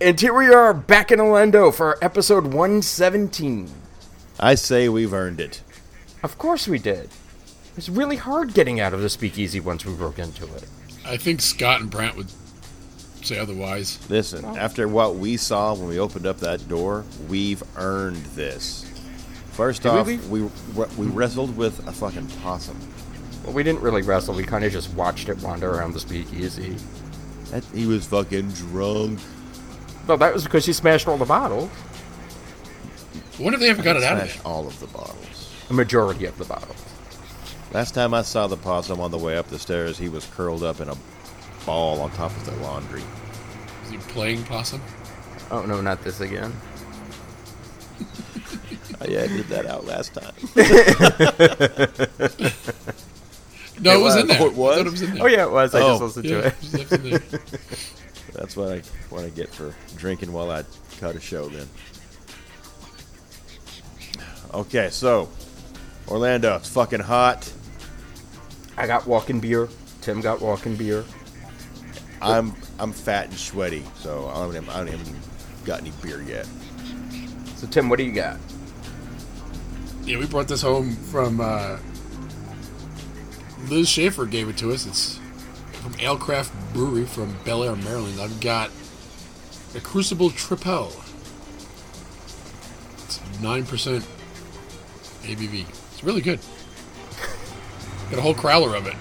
And here we are back in Orlando for episode 117. I say we've earned it. Of course we did. It was really hard getting out of the speakeasy once we broke into it. I think Scott and Brant would say otherwise. Listen, after what we saw when we opened up that door, we've earned this. First we off, leave? we we wrestled with a fucking possum. Well, we didn't really wrestle, we kind of just watched it wander around the speakeasy. That, he was fucking drunk. No, that was because he smashed all the bottles. I wonder if they ever got it out of Smashed there. all of the bottles. A majority of the bottles. Last time I saw the possum on the way up the stairs, he was curled up in a ball on top of the laundry. Is he playing possum? Oh, no, not this again. Oh, yeah, I did that out last time. No, it, was, in there. Oh, it was? I thought it was in there. Oh, yeah, it was. I just Oh. listened Yeah, to it. it was left in there. That's what I what I get for drinking while I cut a show. Then. Okay, so Orlando, it's fucking hot. I got walking beer. Tim got walking beer. I'm I'm fat and sweaty, so I don't even, I don't even got any beer yet. So, Tim, what do you got? Yeah, we brought this home from uh, Liz Schaefer gave it to us. It's from Alecraft Brewery from Bel Air, Maryland. I've got a Crucible Tripel. It's nine percent ABV. It's really good. Got a whole crowler of it.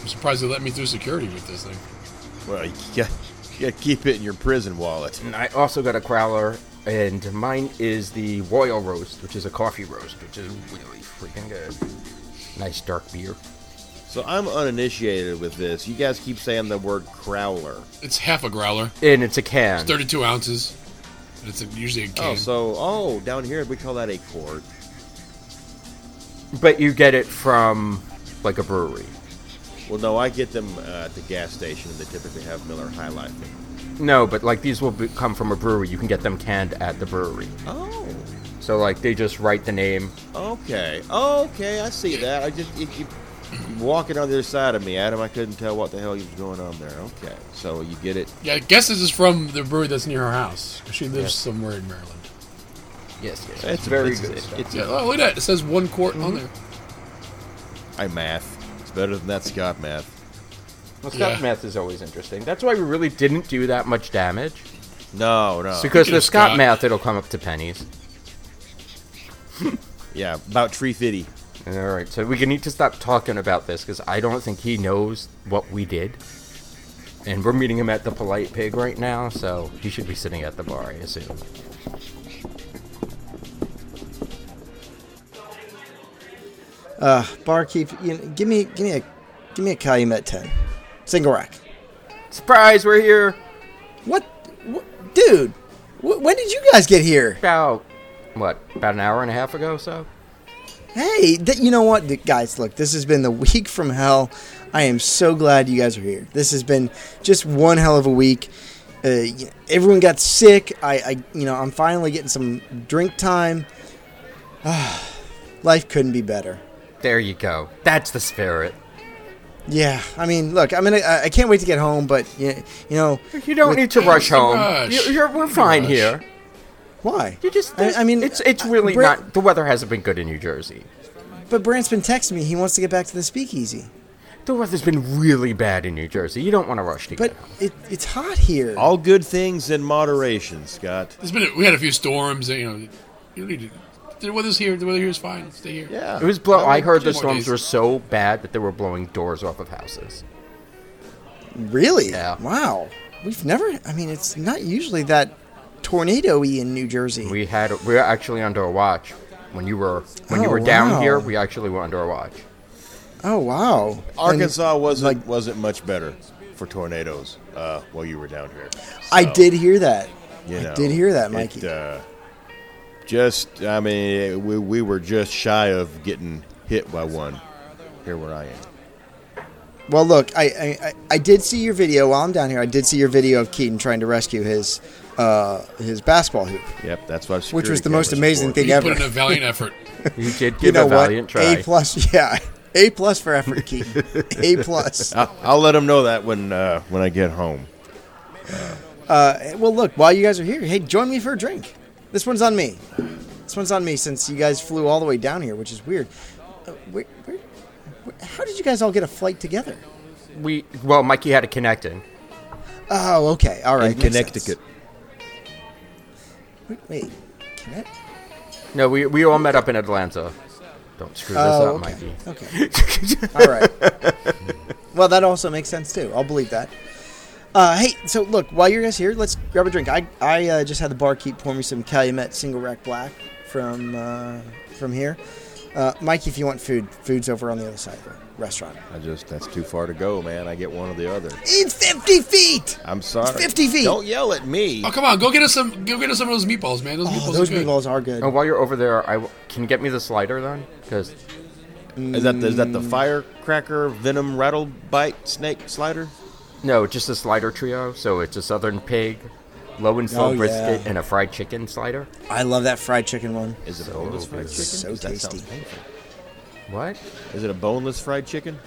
I'm surprised they let me through security with this thing. Well, you got, you got to keep it in your prison wallet. And I also got a crowler, and mine is the Royal Roast, which is a coffee roast, which is really freaking good. Nice dark beer. So I'm uninitiated with this. You guys keep saying the word crowler. It's half a growler, And it's a can. 32 ounces. And It's a, usually a can. Oh, so oh, down here we call that a quart. But you get it from, like, a brewery. Well, no, I get them uh, at the gas station, and they typically have Miller High Life. No, but, like, these will be, come from a brewery. You can get them canned at the brewery. Oh. So, like, they just write the name. Okay. Okay, I see that. I just you, you walking on the other side of me, Adam. I couldn't tell what the hell was going on there. Okay, so you get it. yeah, I guess this is from the brewery that's near her house. She lives somewhere in Maryland. Yes, yes. It's It's a- very it's- good it's- stuff. it's- Yeah, oh, look at that. It says one quart Mm-hmm. on there. I math. It's better than that Scott math. well, Scott yeah. math is always interesting. That's why we really didn't do that much damage. No, no. Uh, because Speaking the of Scott, Scott- math, it'll come up to pennies. yeah, about tree fitty. All right, so we need to stop talking about this because I don't think he knows what we did. And we're meeting him at the Polite Pig right now, so he should be sitting at the bar, I assume. Uh, barkeep, you know, give me, give me a, give me a Calumet ten, single rack. Surprise, we're here! What, what dude? Wh- when did you guys get here? About, what, about an hour and a half ago, so? Hey, th- you know what, th- guys? Look, this has been the week from hell. I am so glad you guys are here. This has been just one hell of a week. Uh, y- everyone got sick. I, I, you know, I'm finally getting some drink time. life couldn't be better. There you go. That's the spirit. Yeah, I mean, look, I mean, I, I can't wait to get home, but y- you know, You don't need to rush home. rush. You- you're- we're No fine rush. here. why? You just, I, I mean, it's it's really Brent- not. The weather hasn't been good in New Jersey. But Brant's been texting me. He wants to get back to the speakeasy. The weather's been really bad in New Jersey. You don't want to rush to But get home. it, it's hot here. All good things in moderation, Scott. There's been a, we had a few storms. You know, you don't need to. The weather's here. The weather here is fine. Stay here. Yeah, It was blow. I heard two the more storms days. were so bad that they were blowing doors off of houses. Really? Yeah. Wow. We've never. I mean, it's not usually that tornado-y in New Jersey. We had we were actually under a watch when you were when you Oh, were down wow. here. We actually were under a watch. oh wow. Arkansas wasn't wasn't much better for tornadoes uh, while you were down here. And I So, did hear that. You know, I did hear that, it, Mikey. uh, just, I mean, we, we were just shy of getting hit by one here where I am. well, look, I, I I- I did see your video while I'm down here. I did see your video of Keaton trying to rescue his uh his basketball hoop. Yep, that's what. Which was security the most cameras amazing for. thing You ever. put in a valiant effort. You did give you know a what? valiant try. A plus. Yeah. A plus for effort, Keaton. a plus. I'll, I'll let them know that when uh, when I get home. Uh, Uh, well, look, while you guys are here, hey, join me for a drink. This one's on me. This one's on me since you guys flew all the way down here, which is weird. Uh, where, where, where, how did you guys all get a flight together? We well, Mikey had a connecting. Oh, okay. All right. in makes sense. Connecticut. Wait, wait. Connect- No, we we all met up in Atlanta. Don't screw this Oh, up, okay. Mikey. Okay. All right. well, that also makes sense too. I'll believe that. Uh, hey, so look, while you're guys here, let's grab a drink. I I uh, just had the barkeep pour me some Calumet Single Rack Black from uh, from here. Uh, Mike, if you want food, food's over on the other side of the restaurant. I just that's too far to go, man. I get one or the other. It's fifty feet. I'm sorry. 50 feet. Don't yell at me. Oh come on, go get us some. Go get us some of those meatballs, man. Those Oh, meatballs. those are good. meatballs are good. Oh, And Oh, while you're over there, I w- can you get me the slider then? Because Is that the, is that the firecracker venom rattle bite snake slider? no, just a slider trio. So it's a southern pig, low and slow Oh, yeah. brisket, and a fried chicken slider. I love that fried chicken one. Is it a boneless fried chicken? So 'Cause that sounds tasty. painful. What? Is it a boneless fried chicken?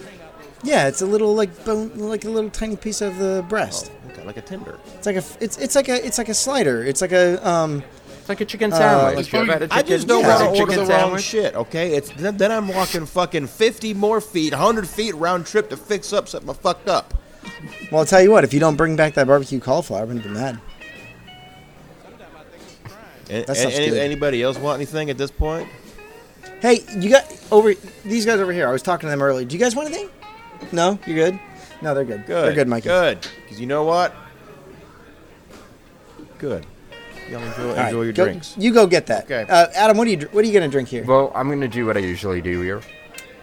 Yeah, it's a little like bone, like a little tiny piece of the breast. Oh, Okay, like a tender. It's like a f- it's it's like a it's like a slider. It's like a um. It's like a chicken sandwich. It's You ever probably- had a I just chicken- don't yeah. fried Is want to chicken order the wrong sandwich? shit. Okay, it's then, then I'm walking fucking 50 more feet, 100 feet round trip to fix up something I fucked up. Well, I'll tell you what. If you don't bring back that barbecue cauliflower, I'm gonna be mad. And, That and- sounds any- good. anybody else want anything at this point? Hey, you got over these guys over here. I was talking to them earlier. Do you guys want anything? No, you're good. No, they're good. Good. They're good, Mikey. Good. Because you know what? Good. Y'all enjoy, All right, enjoy your go- drinks. You go get that. Okay. Uh, Adam, what are you dr- what are you gonna drink here? Well, I'm gonna do what I usually do here.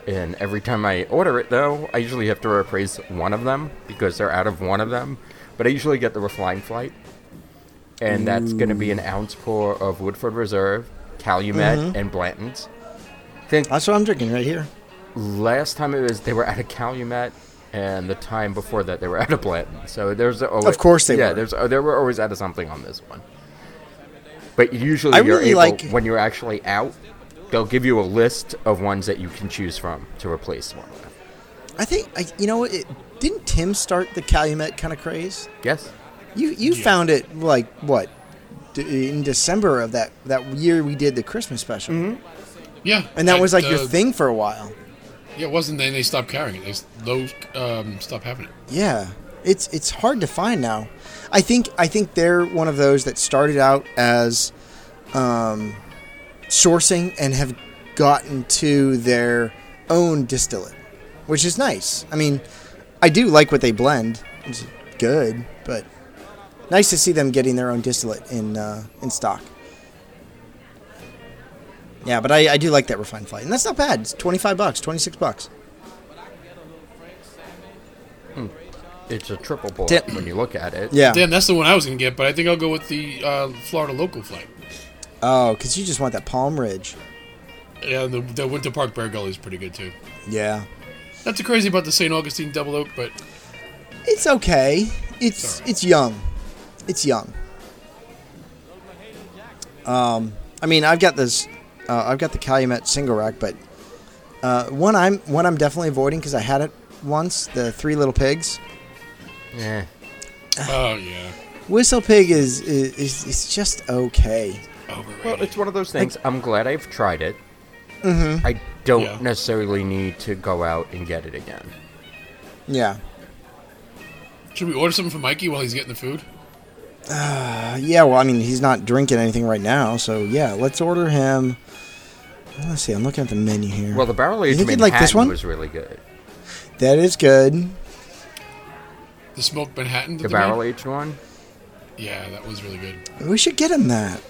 And every time I order it, though, I usually have to replace one of them because they're out of one of them. But I usually get the Refine Flight, and that's gonna be an ounce pour of Woodford Reserve, Calumet, and Blanton's. Think That's what I'm drinking right here. last time it was they were out of Calumet, and the time before that they were out of Blanton. So there's always, Of course they yeah, were. there's they were always out of something on this one. But usually I you're really able, like- when you're actually out, they'll give you a list of ones that you can choose from to replace one. with. I think I, you know. It, didn't Tim start the Calumet kind of craze? Yes, You you Yeah. found it like what d- in December of that that year we did the Christmas special, Mm-hmm. Yeah. and that I- was like your uh, thing for a while. Yeah, it wasn't. Then they stopped carrying it. They s- those um, stopped having it. Yeah, it's it's hard to find now. I think I think they're one of those that started out as um, sourcing and have gotten to their own distillate, which is nice. I mean, I do like what they blend. It's good, but nice to see them getting their own distillate in uh, in stock. Yeah, but I, I do like that refined flight, and that's not bad. It's twenty five bucks, twenty six bucks. it's a triple bullet Tim- when you look at it. Yeah. Damn, that's the one I was gonna get, but I think I'll go with the uh, Florida local flight. Oh, because you just want that Palm Ridge. Yeah, the, the Winter Park Bear Gully is pretty good too. Yeah. Not too crazy about the St. Augustine Double Oak, but It's okay. It's Sorry. it's young. It's young. Um, I mean, I've got this. Uh, I've got the Calumet single rack, but uh, one I'm one I'm definitely avoiding because I had it once. The Three Little Pigs. Yeah. oh yeah, Whistle Pig is is, is, is just okay. overrated. Well, it's one of those things. I'm glad I've tried it. Mm-hmm. I don't Yeah. necessarily need to go out and get it again. Yeah. Should we order something for Mikey while he's getting the food? Uh, yeah. Well, I mean, he's not drinking anything right now, so yeah. Let's order him. Let's see. I'm looking at the menu here. Well, the barrel aged think you'd Manhattan like this one? was really good. that is good. The smoked Manhattan. that The they made? barrel aged one. Yeah, that was really good. We should get him that.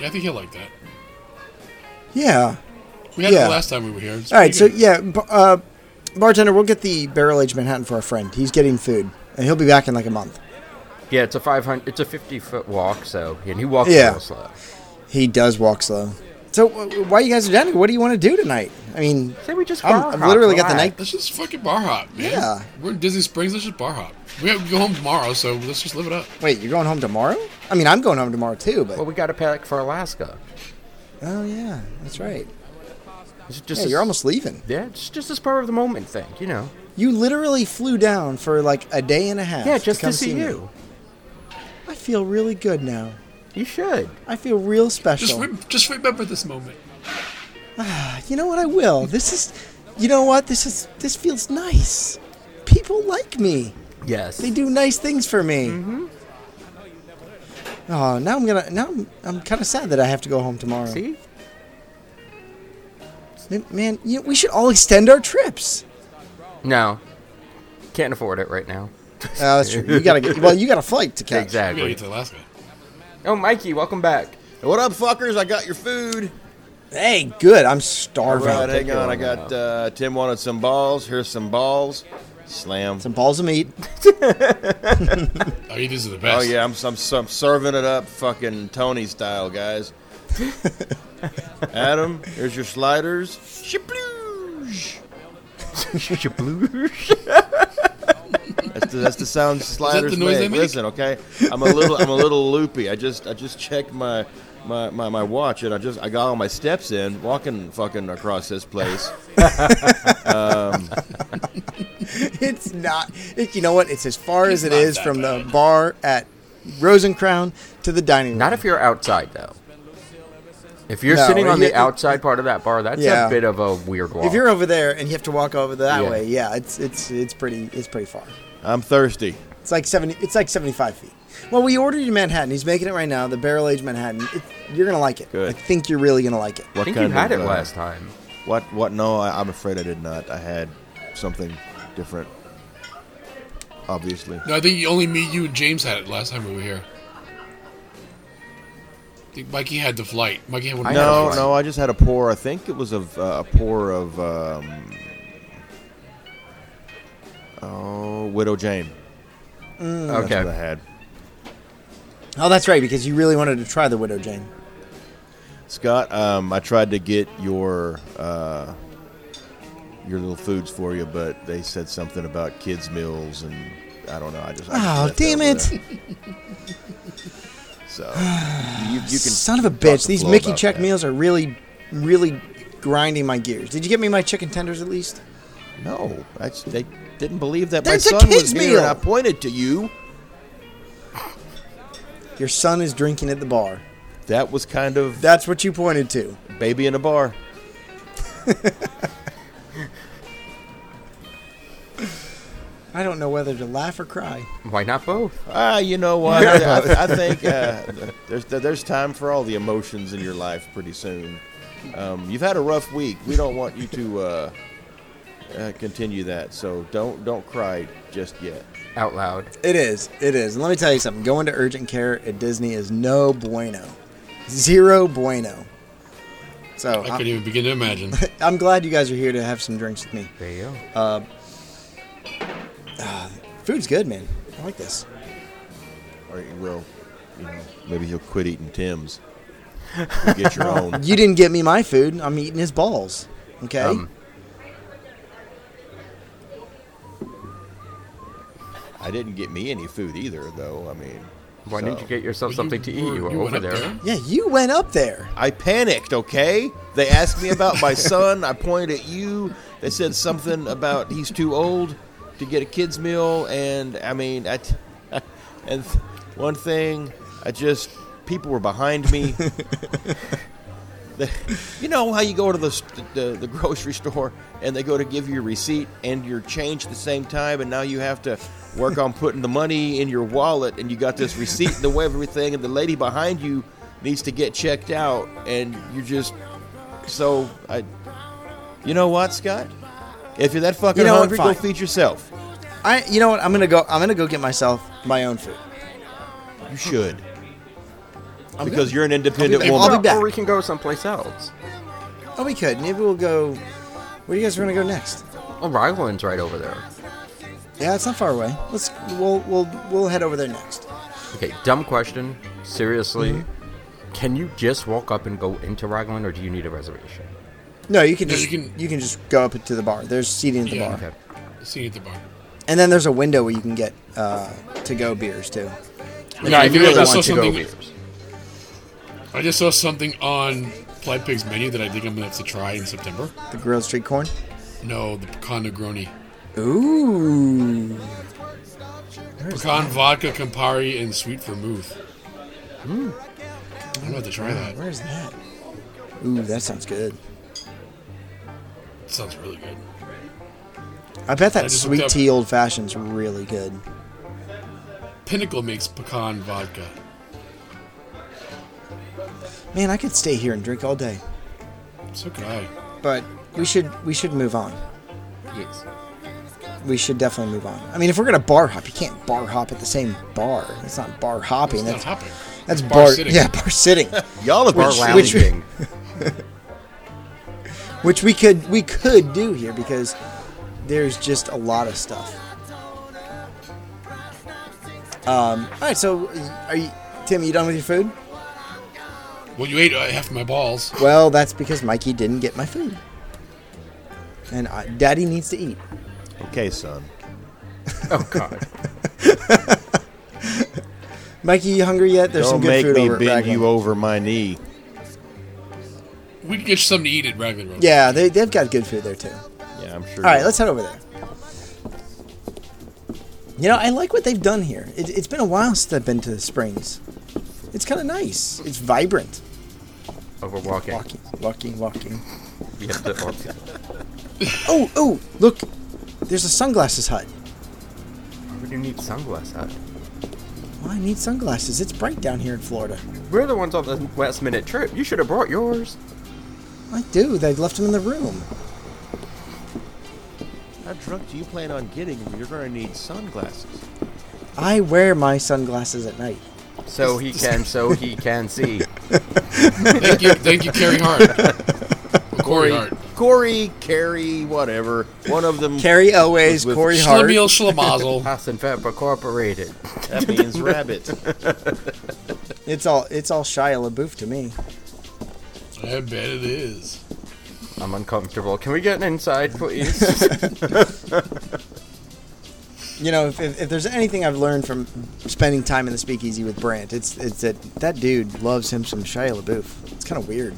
Yeah, I think he'll like that. Yeah. We had it Yeah. the last time we were here. It's All right, so pretty good. yeah, b- uh, bartender, we'll get the barrel aged Manhattan for our friend. He's getting food, and he'll be back in like a month. Yeah, it's a five hundred. It's a fifty foot walk. So, and he walks Yeah. real slow. He does walk slow. So w- why you guys are down here? What do you want to do tonight? I mean, Say we just. I'm- bar I've hop, literally got the relax. night- Let's just fucking bar hop, man. Yeah. We're in Disney Springs. Let's just bar hop. We have to go home tomorrow, so let's just live it up. wait, you're going home tomorrow? I mean, I'm going home tomorrow too. But Well, we got to pack for Alaska. oh yeah, that's right. It's just Yeah, a- you're almost leaving. Yeah, it's just a spur of the moment thing, you know. You literally flew down for like a day and a half. Yeah, just to, come see, me. you. feel really good now. You should. I feel real Just special. re- just remember this moment. you know what? I will. This is, you know what? This is this feels nice. People like me. Yes. They do nice things for me. Oh, now I'm gonna. Now I'm, I'm kind of sad that I have to go home tomorrow. See? M- man, you know, we should all extend our trips. No. Can't afford it right now. Oh, that's true. You gotta get. Well, you got a flight to catch. We gotta Exactly. get to Alaska. Oh, Mikey, welcome back. What up, fuckers? I got your food. Hey, good. I'm All starving. right, hang Take on. it I on got uh, Tim wanted some balls. Here's some balls. Slam. Some balls of meat. Oh, yeah, these are the Oh best. yeah, I'm, I'm, I'm serving it up, fucking Tony style, guys. Adam, here's your sliders. Shabloosh. That's the, that's the sound sliders the noise they make. make? Listen, okay, I'm a little I'm a little loopy. I just I just checked my, my, my, my watch and I just I got all my steps in walking fucking across this place. it's not. It, you know what? It's as far as it not is that from the bar at Rosencrown to the dining room. Not if you're outside, though. If you're No, sitting on you- the outside part of that bar, that's Yeah. a bit of a weird walk. if you're over there and you have to walk over that Yeah. way, yeah, it's it's it's pretty it's pretty far. I'm thirsty. It's like seventy. It's like seventy-five feet. Well, we ordered your Manhattan. He's making it right now. The barrel aged Manhattan. It, you're gonna like it. Good. I think you're really gonna like it. I What think you had of, it uh, last time. What what? No, I, I'm afraid I did not. I had something different. Obviously. No, I think you- only me, you, and James had it last time we were here. I think Mikey had the flight. Mikey had one. I of know. the- No, Right. no, I just had a pour. I think it was of uh, a pour of um, oh, Widow Jane. Mm, That's what I okay. had. Oh, that's right, because you really wanted to try the Widow Jane. Scott, um, I tried to get your uh, your little foods for you, but they said something about kids meals, and I don't know. I just I just Oh, left that damn over it! there. So you, you can Son of a talk bitch. to These Flo Mickey about check that. meals are really, really grinding my gears. Did you get me my chicken tenders at least? No, that's, they didn't believe that That's a my son was kid's here, meal. and I pointed to you. Your son is drinking at the bar. That was kind of That's what you pointed to. baby in a bar. I don't know whether to laugh or cry. Why not both? Ah, you know what? I, I, I think uh, there's there's time for all the emotions in your life pretty soon. Um, you've had a rough week. We don't want you to uh, uh, continue that, so don't don't cry just yet. Out loud. It is. It is. And let me tell you something. Going to urgent care at Disney is no bueno. Zero bueno. So I couldn't I'm, even begin to imagine. I'm glad you guys are here to have some drinks with me. There you go. Food's good, man. I like this. Or you will, you know, maybe you'll quit eating Tim's. You get your own. You didn't get me my food. I'm eating his balls. Okay? Um, I didn't get me any food either, though. I mean, why so- didn't you get yourself But something to eat? were- You were went over up there. yeah, you went up there. I panicked, okay? They asked me about my son. I pointed at you. They said something about he's too old to get a kid's meal. And I mean, I t- and th- one thing, I just, people were behind me. The- you know how you go to the, s- the, the grocery store and they go to give you your receipt and your change at the same time, and now you have to work on putting the money in your wallet, and you got this receipt in the way of everything, and the lady behind you needs to get checked out, and you're just so I. You know what, Scott? If you're that fucking You know what, hungry, go fine. feed yourself. I you know what? I'm gonna go I'm gonna go get myself my own food. You should. because you're an independent back. woman. I'll be back. Or we can go someplace else. Oh we could. Maybe we'll go where do you guys wanna go next? Oh, Ryland's right over there. Yeah, it's not far away. Let's we'll we'll we'll head over there next. Okay, dumb question. Seriously, Mm-hmm. can you just walk up and go into Raglan, or do you need a reservation? No, you can No, just you you can, can- just go up to the bar. There's seating at the Yeah. bar, Okay. See you at the bar. and then there's a window where you can get uh, to go beers too. Yeah, I you think I just saw to-go something- beers. I just saw something on Flight Pig's menu that I think I'm gonna have to try in September. The grilled street corn. No, the pecan Negroni. Ooh, Pecan vodka, Campari, and sweet vermouth. Hmm. I'm about to try that. Where's that? Ooh, that sounds good. Sounds really good. I bet that just sweet looked up- tea old fashioned's really good. Pinnacle makes pecan vodka. Man, I could stay here and drink all day. So could I. But we should we should move on. Yes. We should definitely move on. I mean, if we're gonna bar hop, you can't bar hop at the same bar. That's not bar hopping. It's not That's hopping. that's It's bar. Yeah, bar sitting. Y'all have Bar Which- which- lounging. which we could we could do here because there's just a lot of stuff. Um, all right, so are you, Tim? You done with your food? Well, you ate uh, half my balls. Well, that's because Mikey didn't get my food, and I, Daddy needs to eat. Okay, son. oh god. Mikey, you hungry yet? There's some Don't good make food me over at bend Raglan. you over my knee. We can get you something to eat at Raglan Road. Yeah, they they've got good food there too. Yeah, I'm sure. All right, let's head over there. You know, I like what they've done here. It, it's been a while since I've been to the Springs. It's kind of nice. It's vibrant. Over walking. Walking, walking, walking. We have to walk. Oh, oh, look. There's a sunglasses hut. Why would you need sunglasses? Out? Well, I need sunglasses. It's bright down here in Florida. We're the ones on the last minute trip. You should have brought yours. I do. They left them in the room. How drunk do you plan on getting? You're going to need sunglasses. I wear my sunglasses at night. So he can, so he can see. Thank you, thank you, Carrie Hart. Or Corey Hart. Corey, Carrie, whatever. One of them. Carrie Elways, With- Corey Hart. Schlemiel Schlemazel. Haas and Fab Incorporated. That means rabbit. It's all it's all Shia LaBeouf to me. I bet it is. I'm uncomfortable. Can we get an inside, please? You know, if, if, if there's anything I've learned from spending time in the speakeasy with Brandt, it's it's that that dude loves him some Shia LaBeouf. It's kind of weird.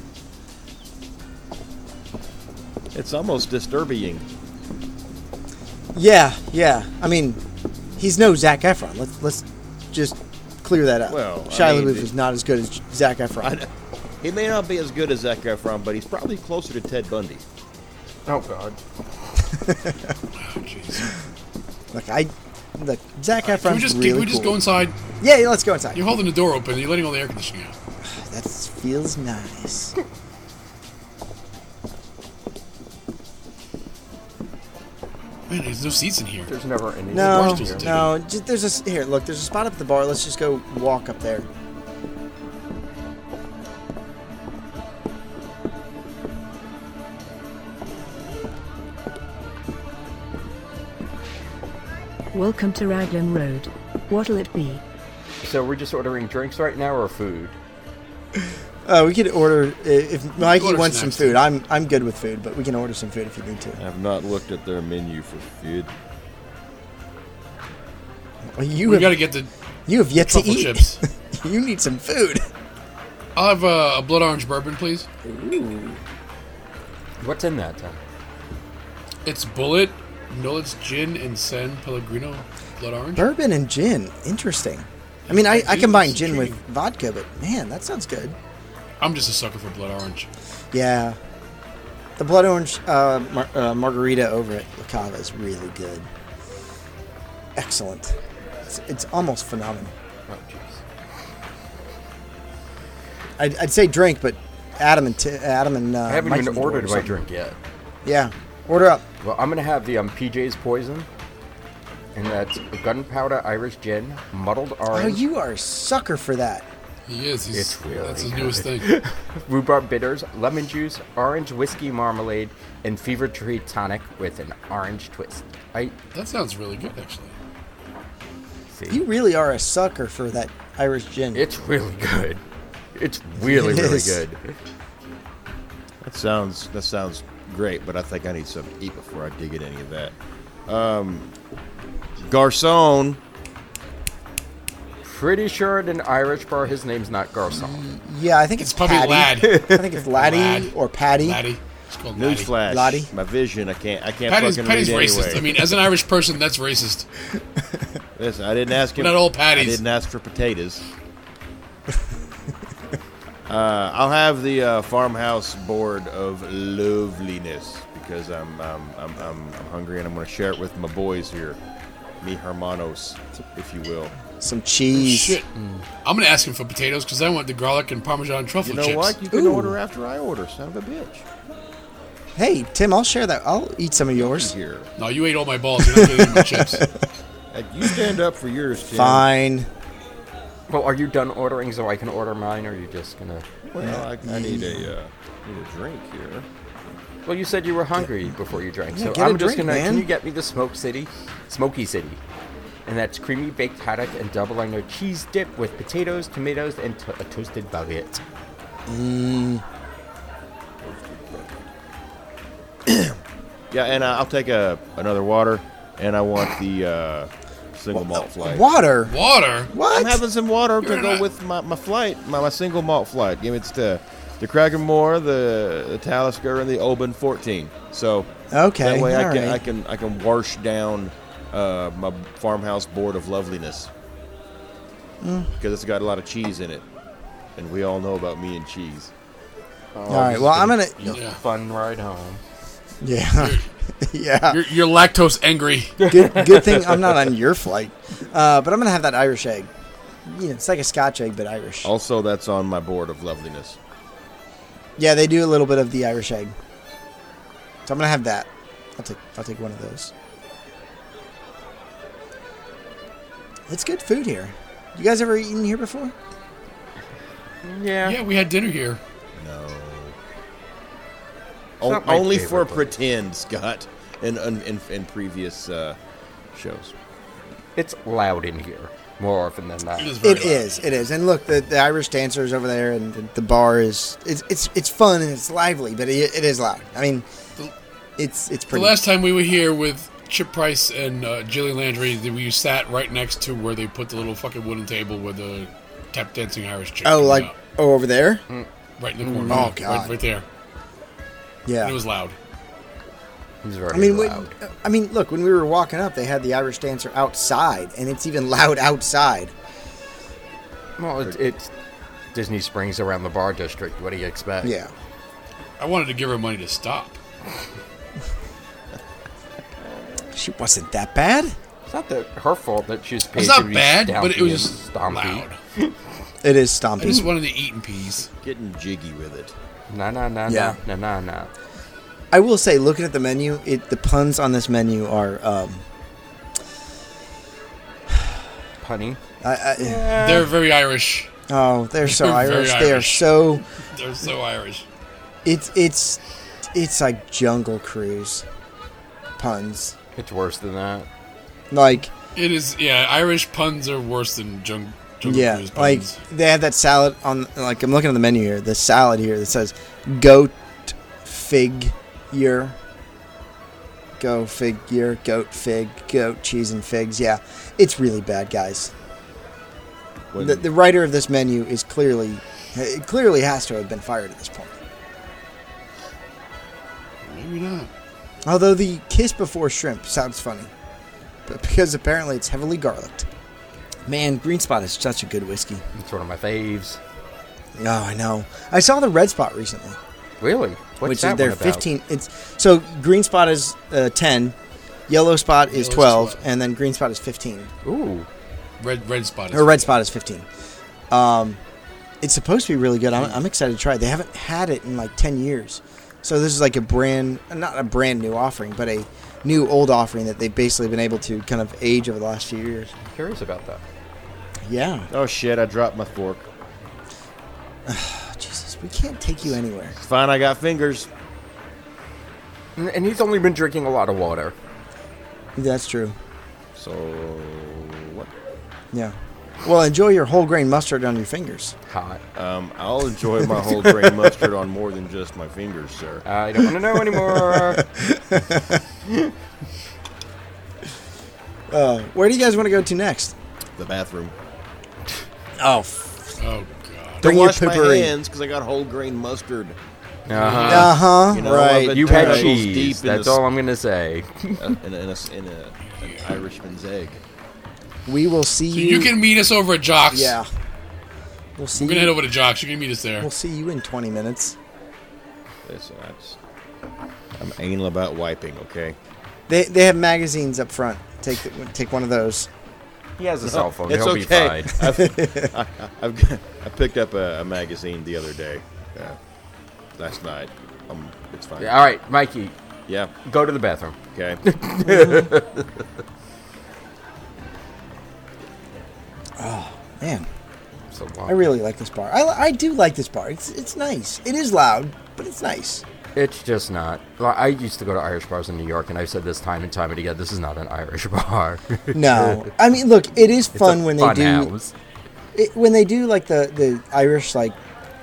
It's almost disturbing. Yeah, yeah. I mean, he's no Zach Efron. Let's let's just clear that up. Well, I Shia mean, LaBeouf it- is not as good as Zach I Efron. know. He may not be as good as Zac Efron, but he's probably closer to Ted Bundy. oh god. Oh, jeez. Look, I look Zach Efron's Can we just, really can we just cool. go inside? Yeah, yeah, let's go inside. You're holding the door open. You're letting all the air conditioning out. That feels nice. Man, there's no seats in here. There's never any. No, barstool's taken. no. Just, there's a s- here. Look, there's a spot up at the bar. Let's just go walk up there. Welcome to Raglan Road. What'll it be? So we're just ordering drinks right now or food? Uh, we could order i- if Mikey Order wants some snacks. food. I'm I'm good with food, but we can order some food if you need to. I've not looked at their menu for food. Well, you We have, gotta get the you have yet to truffle eat. chips. you need some food. I'll have uh, a blood orange bourbon, please. What's in that? Tom? Uh, It's Bullet, Nullet's Gin, and San Pellegrino Blood Orange. Bourbon and gin. Interesting. I mean, I, I combine It's gin with intriguing. vodka, but man, that sounds good. I'm just a sucker for blood orange. Yeah. The blood orange uh, mar- uh, margarita over at La Cava is really good. Excellent. It's, it's almost phenomenal. Oh jeez. I'd, I'd say drink, but Adam and t- Adam and uh, I haven't Mikey need even to ordered order my something. drink yet. Yeah, order up. Well, I'm gonna have the um, PJ's poison, and that's gunpowder Irish gin, muddled Oh, orange, you are a sucker for that. He is. He's, It's really that's his good. newest thing. rhubarb bitters, lemon juice, orange whiskey marmalade, and fever tree tonic with an orange twist. I That sounds really good, actually. see. You really are a sucker for that Irish gin. It's really good. It's really It really is. good. That sounds that sounds great, but I think I need something to eat before I dig at any of that. Um, Garcon, Pretty sure at an Irish bar, his name's not Garcon. yeah, I think it's, It's probably Patty. Lad. I think it's Laddie Lad. or Patty. Laddie. It's called Laddie. newsflash, Lottie? my vision. I can't I can't Patty's, fucking Patty's read racist. anyway. I mean, as an Irish person, that's racist. Listen, I didn't ask him. Not all patties. I didn't ask for potatoes. uh, I'll have the uh, farmhouse board of loveliness because I'm I'm, I'm, I'm I'm hungry and I'm going to share it with my boys here, mi hermanos, if you will. Some cheese. Shit. I'm gonna ask him for potatoes because I want the garlic and parmesan truffle You know chips. what? You can Ooh. order after I order. Son of a bitch. Hey, Tim, I'll share that. I'll eat some of yours. Here, No, you ate all my balls. You're not getting any more chips. Uh, you stand up for yours, Tim. Fine. Well, are you done ordering so I can order mine, or are you just gonna? Well, I, I need a uh, need a drink here. Well, you said you were hungry before you drank, Yeah, so get a I'm just drink, gonna. man. Can you get me the Smoke City, Smoky City, and that's creamy baked haddock and double I know cheese dip with potatoes, tomatoes, and to- a toasted baguette. Yeah, and uh, I'll take a another water, and I want the uh, single malt flight. Water. Water. I'm What? having some water You're to go not- with my, my flight, my, my single malt flight. Give it to the Krakenmore, the the Talisker, and the Oban 14. So Okay, that way I all can right. I can I can wash down uh, my farmhouse board of loveliness because it's got a lot of cheese in it, and we all know about me and cheese. All right. Well, I'm gonna. Yeah. Fun ride home. Yeah. yeah. You're, you're lactose angry. Good, good thing I'm not on your flight. Uh, but I'm gonna have that Irish egg. You know, it's like a Scotch egg, but Irish. Also, that's on my board of loveliness. Yeah, they do a little bit of the Irish egg. So I'm gonna have that. I'll take I'll take one of those. It's good food here. You guys ever eaten here before? Yeah. Yeah, we had dinner here. No. not my only favorite, for but- pretend, Scott, in in, in, in previous uh, shows. It's loud in here more often than not. It is. Very It loud. is. It is. And look, the, the Irish dancers over there, and the, the bar is it's it's it's fun and it's lively, but it, it is loud. I mean, it's it's The pretty. last time we were here with Chip Price and uh, Jilly Landry, th- we sat right next to where they put the little fucking wooden table with the tap dancing Irish chick. oh, comes like out. oh over there. Hmm. right in the corner. Oh, yeah, God. right, right there. Yeah. And it was loud. It's very I mean, when, loud. I mean, look, when we were walking up, they had the Irish dancer outside, and it's even loud outside. well, it's, it's Disney Springs around the bar district. What do you expect? Yeah. I wanted to give her money to stop. She wasn't that bad. It's not that her fault that she's paid It's to not be bad, but stompy it and was just stompy. loud. It is I just stompy. wanted to eat in peace. Getting jiggy with it. Nah, nah, nah, Yeah. nah, nah, nah, nah. I will say, looking at the menu, it the puns on this menu are. Um, Punny. I, I, They're very Irish. oh, they're so Very Irish. They are Irish. so. They're so Irish. It's it's it's like Jungle Cruise puns. It's worse than that. Like It is, yeah. Irish puns are worse than jung- jungle yeah, cruise like puns. they have that salad on. Like I'm looking at the menu here. The salad here that says goat figure. Go figure, goat fig, goat cheese and figs. Yeah, it's really bad, guys. When- The, the writer of this menu is clearly, it clearly has to have been fired at this point. Maybe not. Although the kiss before shrimp sounds funny, but because apparently it's heavily garlicked. Man, Green Spot is such a good whiskey. It's one of my faves. Oh, I know. I saw the Red Spot recently, Really? What's which that is their one about? fifteen. It's so Green Spot is uh, ten, Yellow Spot is Yellow's twelve, 12. and then Green Spot is fifteen. Ooh. Red red spot. Is Or Red Spot is fifteen. Um, it's supposed to be really good. I'm, I'm excited to try it. They haven't had it in like ten years, so this is like a brand, not a brand new offering, but a new old offering that they've basically been able to kind of age over the last few years. I'm curious about that. Yeah. oh shit! I dropped my fork. Oh, Jesus, we can't take you anywhere. Fine, I got fingers. And, Mm, and he's only been drinking a lot of water. That's true. So what? Yeah. Well, enjoy your whole grain mustard on your fingers. Hot. Um, I'll enjoy my whole grain mustard on more than just my fingers, sir. I don't want to know anymore. Uh, Where do you guys want to go to next? The bathroom. Oh, Oh god. bring I your washed my poopery. hands because I got whole grain mustard. uh-huh. Uh huh. You know, I've right. been You had Tentacles deep cheese. in That's the- all I'm going to say. uh, in, a, in, a, in a, an Irishman's egg. We will see So you can meet us over at Jocks. Yeah. We'll see. We're gonna you- head over to Jocks. You can meet us there. We'll see you in 20 minutes. Listen, I just, I'm anal about wiping. Okay. They, they have magazines up front. Take the, take one of those. He has a cell phone. It's He'll okay. be fine. I've, I- I've got- I picked up a, a magazine the other day, uh, last night. Um, it's fine. All right, Mikey, Yeah. go to the bathroom. Okay. Man, So I really like this bar. I, li- I do like this bar. It's it's nice. It is loud, but it's nice. It's just not. Like, I used to go to Irish bars in New York, and I've said this time and time and again: this is not an Irish bar. It's No, I mean, look, it is a fun when they fun do house. it, when they do like the the Irish like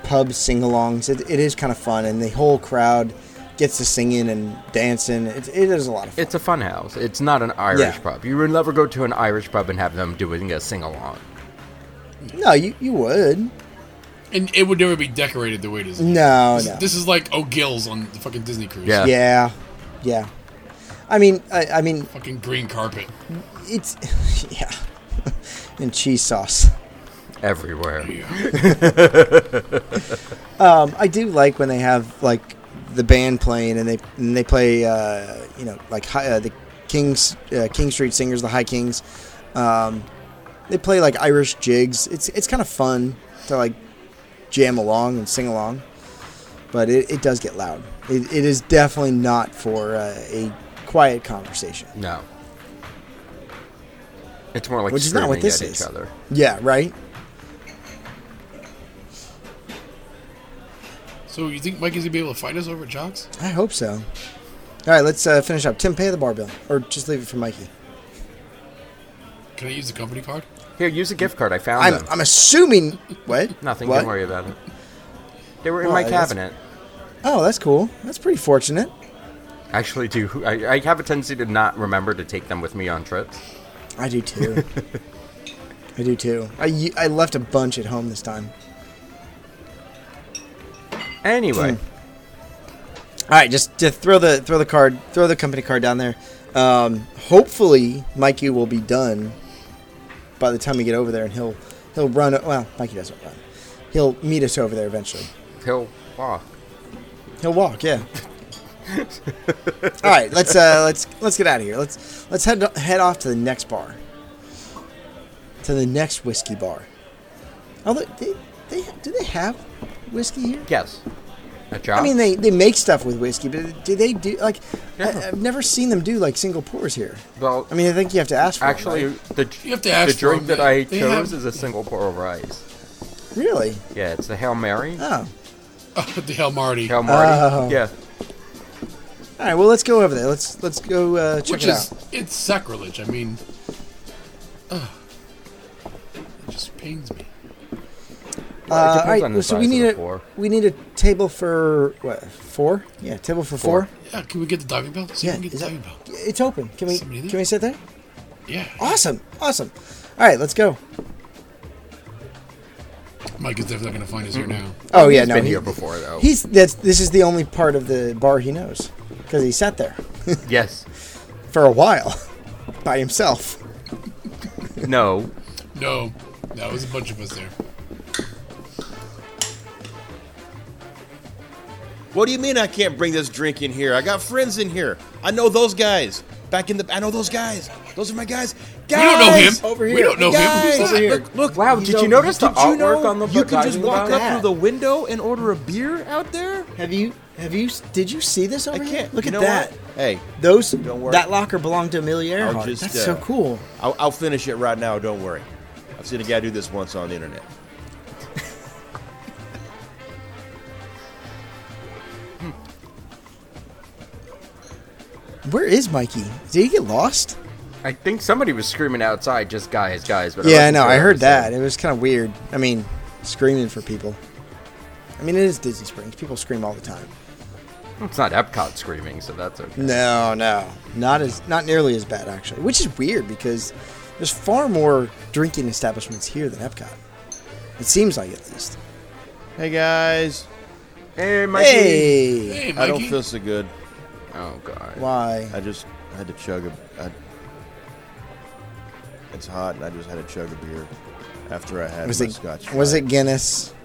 pub sing-alongs. It, it is kind of fun, and the whole crowd gets to singing and dancing. It, it is a lot of fun. It's a fun house. It's not an Irish Yeah. pub. You would never go to an Irish pub and have them doing a sing along. no, you you would. And it would never be decorated the way it is. No, This, no. this is like O'Gill's on the fucking Disney cruise. Yeah. yeah, yeah. I mean, I, I mean, Fucking green carpet. it's yeah, and cheese sauce. Everywhere. Um, I do like when they have like the band playing and they and they play uh, you know like hi, uh, the Kings uh, King Street Singers, the High Kings. Um, they play like Irish jigs. It's it's kind of fun to like jam along and sing along, but it, it does get loud. It, it is definitely not for uh, a quiet conversation. No. It's more like Which is not screaming what this at is. each other. Yeah, right. So you think Mike is gonna be able to find us over at Jocks? I hope so. All right, let's uh, finish up. Tim, pay the bar bill, or just leave it for Mikey. Can I use the company card? Here, use a gift card. I found I'm them. I'm assuming what Nothing. What? Don't worry about it. They were in Well, my that's- cabinet. Oh, that's cool. That's pretty fortunate. Actually, do I, I have a tendency to not remember to take them with me on trips? I do too. I do too. I, y- I left a bunch at home this time. Anyway, Hmm. All right, just to throw the throw the card, throw the company card down there. Um, hopefully, Mikey will be done by the time we get over there, and he'll he'll run. Well, Mikey doesn't run. He'll meet us over there eventually. he'll walk. He'll walk. Yeah. All right, let's uh, let's let's get out of here. Let's let's head head off to the next bar. To the next whiskey bar. Although they, they do they have whiskey here? Yes. A job. I mean, they, they make stuff with whiskey, but do they do like? Yeah. I, I've never seen them do like single pours here. well, I mean, I think you have to ask for 'em, actually, right? the, You have to ask the for drink them. that I They chose have- is a single pour of rice. really? Yeah, it's the Hail Mary. Oh, Oh, the hell, Marty. Hail Marty. Oh. Yeah. all right. Well, let's go over there. Let's let's go uh, check Which it is out. it's sacrilege. I mean, ugh. it just pains me. Well, it depends Uh, all right, on the so size we of need the a pour. we need a table for what four? Yeah, table for four. Four. Yeah, can we get the diving bell? See Yeah, if we can get is the that, diving bell. it's open. Can we Somebody there? can we sit there? Yeah, Awesome, awesome. All right, let's go. Mike is definitely not gonna find us here now. Oh yeah, no, been he- here before, though. He's that's this is the only part of the bar he knows because he sat there yes. for a while by himself. No. No, no, there's a bunch of us there. What do you mean I can't bring this drink in here? I got friends in here. I know those guys. Back in the, I know those guys. Those are my guys. Guys, don't know him. Over We here. don't know him. guys, Who's that? Look, look. Wow, did you notice the did you artwork know on the You can just Bugatti walk guy? up through the window and order a beer out there. Have you have you did you see this I over here? can't. Look You at know that. what? Hey, Those Don't worry. that locker belonged to Amelia I'll Earhart. just, that's uh, so cool. I'll, I'll finish it right now. Don't worry. I've seen a guy do this once on the internet. Where is Mikey? Did he get lost? I think somebody was screaming outside, just guys, guys. But yeah, I wasn't know. sure I it heard was them. that. It was kind of weird. I mean, screaming for people. I mean, it is Disney Springs. People scream all the time. It's not Epcot screaming, so that's okay. No, no, not as not nearly as bad actually. Which is weird because there's far more drinking establishments here than Epcot. It seems like at least. Hey guys. Hey, Mikey. Hey, Hey, Mikey. I don't feel so good. Oh god. why? I just had to chug a. I, It's hot, and I just had a chug of beer after I had Was my it Scotch. was Rite. it Guinness?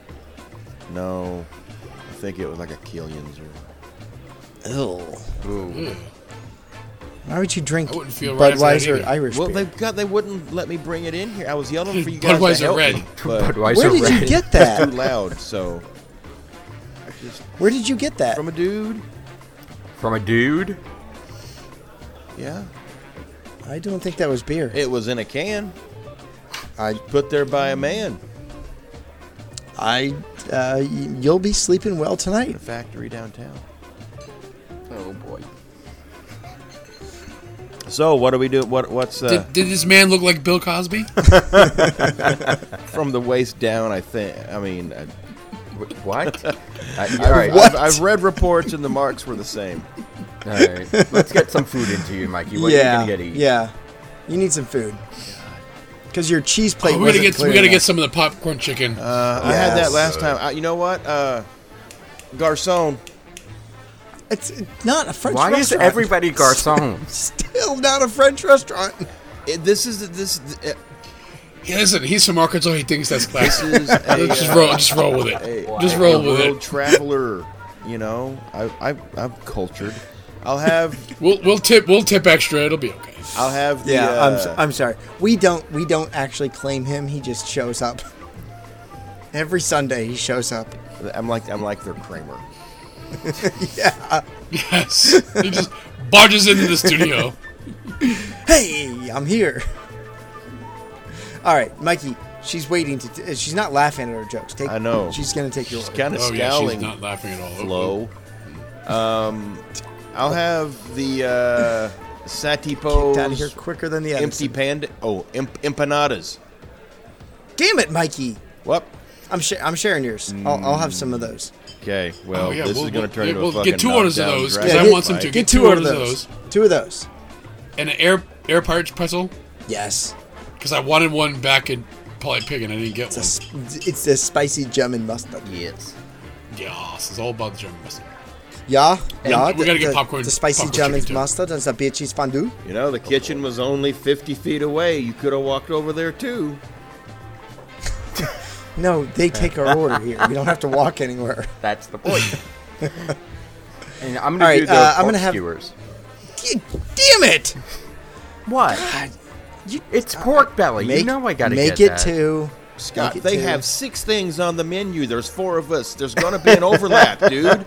No, I think it was like a Killian's. Or, Ew. Ooh. Ugh. Why would you drink Hmm. I wouldn't feel right after that Budweiser either. Irish well, beer? they got they wouldn't let me bring it in here. I was yelling for you guys. to Budweiser help Red. me, but Budweiser Where did you Red. get too that? loud. So I just Where did you get that? from a dude. From a dude? Yeah, I don't think that was beer. it was in a can I, put there by a man I, uh, y- you'll be sleeping well tonight. in a factory downtown. Oh, boy. So what do we do? What what's uh, Did, did this man look like Bill Cosby? from the waist down? I think. I mean, I, Wh- What? I, all right. What? I've, I've read reports, and the marks were the same. All right. Let's get some food into you, Mikey. What yeah, are you going to get to eat? yeah. You need some food. Cause your cheese plate. we gotta wasn't get we clear gotta get enough. some of the popcorn chicken. Uh, I had that Yes. last time. I, you know what? Uh, Garcon. It's not a French Why restaurant. is everybody garçon? still not a French restaurant? It, this is this uh, yeah, listen, he's from Arkansas. He thinks that's this classy. is a, just uh, roll, just roll with it. a- Just a roll with world it. traveler. You know, I, I I'm cultured. I'll have We'll we'll tip we'll tip extra. It'll be okay. I'll have the, Yeah, I'm, uh, s- I'm sorry. We don't we don't actually claim him. He just shows up every Sunday. He shows up. I'm like I'm like their Kramer. Yes, he just barges into the studio. Hey, I'm here. All right, Mikey. She's waiting to. T- uh, she's not laughing at our jokes. Take, I know. She's gonna take your She's order. kind of Oh yeah, she's scowling. not laughing at all. Oh, Low. Um, I'll have the uh, Get out of here Satipo's quicker than the others. empty panda. Oh, imp- empanadas. Damn it, Mikey. What? I'm sh- I'm sharing yours. I'll, I'll have some of those. Okay, well, Oh, yeah, this we'll- is going to turn yeah, into a we'll fucking get two orders of knockdown those, 'cause drag I out want some fight. too. Get Get two, two of orders of those. Two of those. And an air air pirates pretzel Yes. because I wanted one back in Polly Pig and I didn't get It's a, one. s- it's a spicy German mustard. Yes. Yes, it's all about the German mustard. Yeah, yeah. we gotta get the- popcorn- The spicy popcorn German chicken too. mustard and the beer cheese fondue. You know, the kitchen was only 50 feet away. You could have walked over there too. No, they take our order here. We don't have to walk anywhere. That's the point. and I'm going All to right, do the uh, I'm pork gonna have- skewers. D- Damn it! What? God, It's pork belly. make you know I got to make get it that. two. Scott, Make it they two. have six things on the menu. There's four of us. There's going to be an overlap, dude.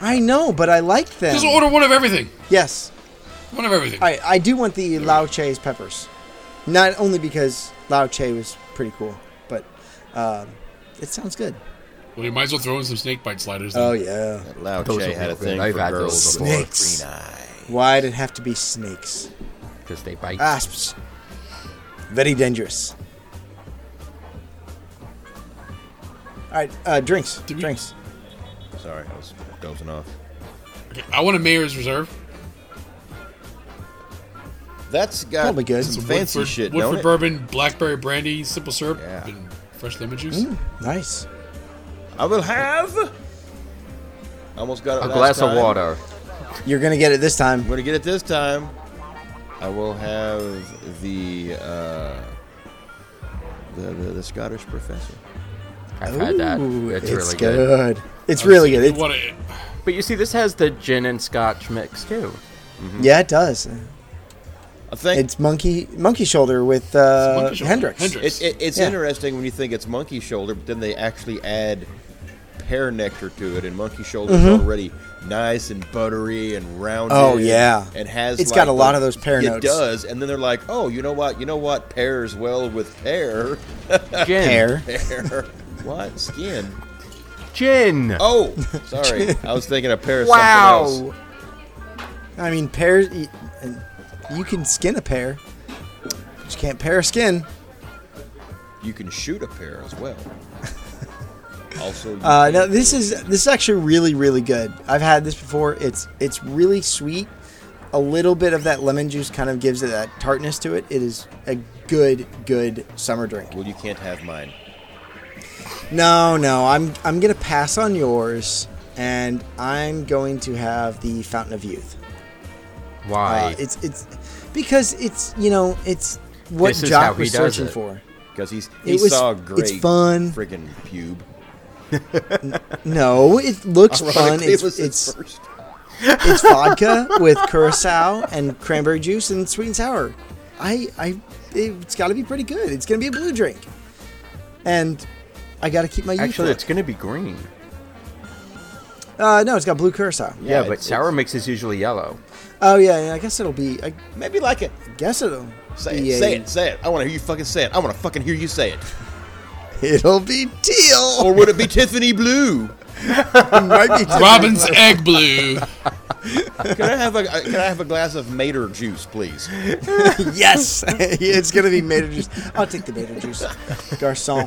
I know, but I like them. Just order one of everything. Yes, One of everything. I I do want the Lao Che's peppers, not only because Lao Che was pretty cool, but um, it sounds good. Well, you might as well throw in some snake bite sliders. then. Oh yeah, Loud Those Jay are had a real good. thing I've for had those girls. before. snakes. Why did it have to be snakes? Because they bite. Asps, very dangerous. All right, uh, drinks, Did we- drinks. Sorry, I was dozing off. Okay, I want a mayor's reserve. That's got Probably good. some Some fancy Woodford, shit, Woodford don't it? bourbon, blackberry brandy, simple syrup, Yeah. Mm. and fresh lemon juice. Nice. I will have... Almost got it A glass last of time. water. You're gonna get it this time. I'm going to get it this time. I will have the... Uh, the, the, the Scottish professor. I've had that. Ooh, It's, really good. good. It's really good. You It- want it- But you see, this has the gin and scotch mix too. yeah, it does. I think It's monkey monkey shoulder with uh, monkey shoulder. Hendrix. Hendrix. It, it, it's Yeah. interesting when you think it's monkey shoulder, but then they actually add pear nectar to it, and monkey shoulder is already nice and buttery and rounded. Mm-hmm. Oh, yeah. and has It's it's got a lot of those pear It notes. does, and then they're like, oh, you know what? You know what pairs well with pear? Gin. Hair. Pear. what skin? Gin. Oh, sorry, I was thinking of pear. is something wow. else. I mean, pears. y- and You can skin a pear, but you can't pear a skin. You can shoot a pear as well. Also, you Uh, can- no, this is this is actually really really good. I've had this before. It's it's really sweet. A little bit of that lemon juice kind of gives it that tartness to it. It is a good good summer drink. well, you can't have mine. No, no, I'm I'm gonna pass on yours, and I'm going to have the Fountain of Youth. Why? Uh, it's it's because it's you know it's what This is how Jock he was does searching it. for. because he's It he was- saw a it's great fun. friggin' pube. No, it looks fun. Ironically, it It's was his it's first. it's vodka with curacao and cranberry juice and sweet and sour. I I it's got to be pretty good. It's gonna be a blue drink, and I got to keep my youth. Actually, alive. it's going to be green. uh, no, it's got blue curacao. Yeah, but it's- sour it's- mix is usually yellow. Oh yeah, yeah, I guess it'll be. I Maybe like it. guess it'll Say it. be a- Say it. Say it. I want to hear you fucking say it. I want to fucking hear you say it. It'll be teal. Or would it be Tiffany Blue? It might be teal. Robin's egg blue. Can I have a uh, Can I have a glass of Mater juice, please? yes, it's gonna be mater juice. I'll take the mater juice, garçon.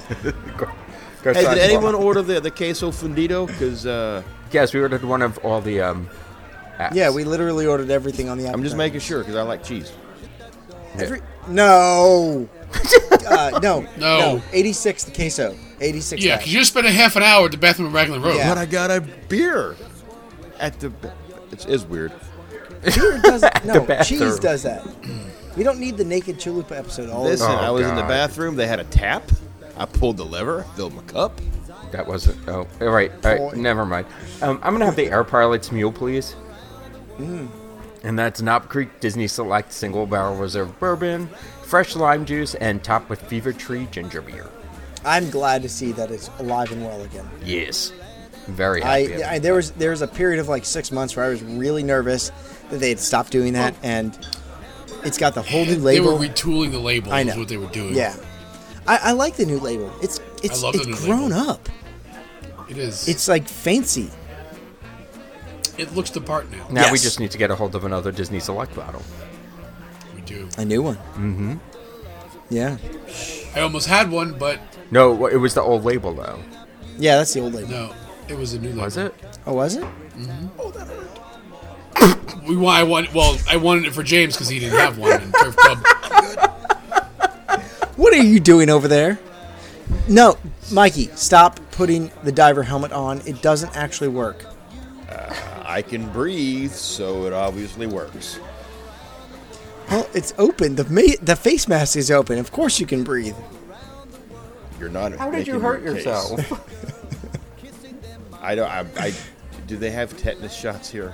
Hey, did anyone order the the queso fundido? Because uh, Yes, we ordered one of all the. um apps. Yeah, we literally ordered everything on the. I'm just appetizer. making sure because I like cheese. Every, no. uh, no. No. No. 86 the queso. 86. Yeah, that. because you just spent a half an hour at the bathroom at Raglan Road. Yeah. But I got a beer at the. It is weird. Beer does No, cheese bathroom. does that. We don't need the naked chalupa episode all Listen, Oh, I was in the God. bathroom. They had a tap. I pulled the lever, filled my cup. That wasn't. Oh, all right. All right Point. never mind. Um, I'm going to have the Air Pilot's Mule, please. And that's Knob Creek Disney Select Single Barrel Reserve Bourbon, fresh lime juice, and topped with Fever Tree Ginger Beer. I'm glad to see that it's alive and well again. Yes. Very happy. I, I there was there was a period of like six months where I was really nervous that they had stopped doing that, and it's got the whole new Oh. They were label. retooling the label. I Is know. what they were doing. yeah, I, I like the new label. It's it's love the it's new grown label. up. It is. It's like fancy. it looks the part now. now we yes. just need to get a hold of another Disney Select bottle. We do. A new one. Mm-hmm. Yeah. I almost had one, but No, it was the old label, though. Yeah, that's the old label. no, it was a new label. Was it? Oh, was it? We wa- I want. Well, I wanted it for James because he didn't have one in Turf Club. What are you doing over there? No, Mikey, stop putting the diver helmet on. It doesn't actually work. I can breathe, so it obviously works. Well, it's open. The ma- the face mask is open. Of course you can breathe. You're not. How did making you hurt your case. yourself? I don't. I, I. Do they have tetanus shots here?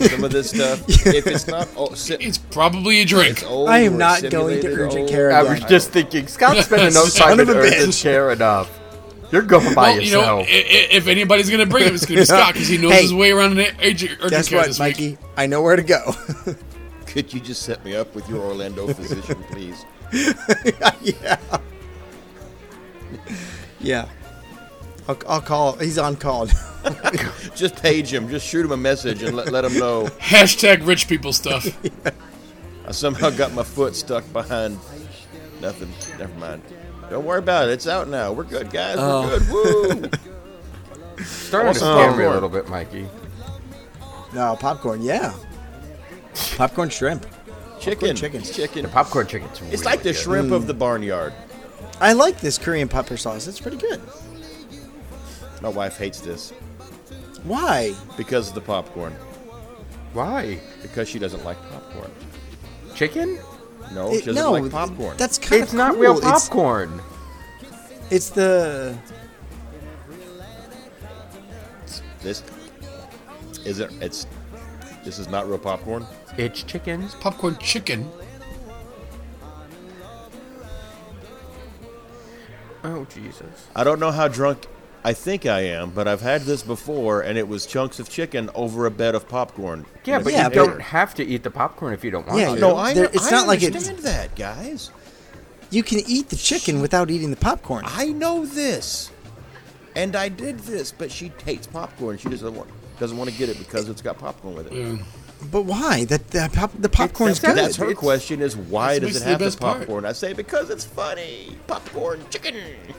Some of this stuff. If it's not, oh, si- It's probably a drink. it's old. I am or not going to simulated urgent old- care I was again. just thinking, Scott's spending no Son time in of a Earth and bitch. Chair enough. You're going by Well, you know, i- yourself. i- if anybody's gonna bring him, it's gonna be Scott because he knows Hey. his way around an agent. Guess what, this Mikey? Week. I know where to go. Could you just set me up with your Orlando physician, please? yeah. yeah. I'll, I'll call. He's on call. Just page him. Just shoot him a message and let, let him know. Hashtag rich people stuff. I somehow got my foot stuck behind nothing. Never mind. Don't worry about it. It's out now. We're good, guys. Oh. We're good. Woo! Starting to Oh, scare me a Lord. little bit, Mikey. no, popcorn. Yeah. Popcorn shrimp. chicken. chicken. The Chicken. popcorn chicken's It's like the shrimp Mm. of the barnyard. I like this Korean pepper sauce. It's pretty good. My wife hates this Why? because of the popcorn. Why? Because she doesn't like popcorn. Chicken? No, It- she doesn't Oh, like popcorn. That's kind of It's not real popcorn. It's, it's the this is it. It's this is not real popcorn. It's, chicken. Popcorn chicken. Oh Jesus! I don't know how drunk I think I am, but I've had this before, and it was chunks of chicken over a bed of popcorn. Yeah, And but Yeah, you but- don't have to eat the popcorn if you don't want Yeah, to. No, I, There- it's it's I not not like it- understand that, guys. you can eat the chicken without eating the popcorn. I know this, and I did this, but she hates popcorn. She doesn't want doesn't want to get it because it's got popcorn with it. Yeah. But why? That the, pop, the popcorn's that's- good. That's her It's- question: Is why that's does it basically have the the best part. popcorn? I say because it's funny. Popcorn chicken.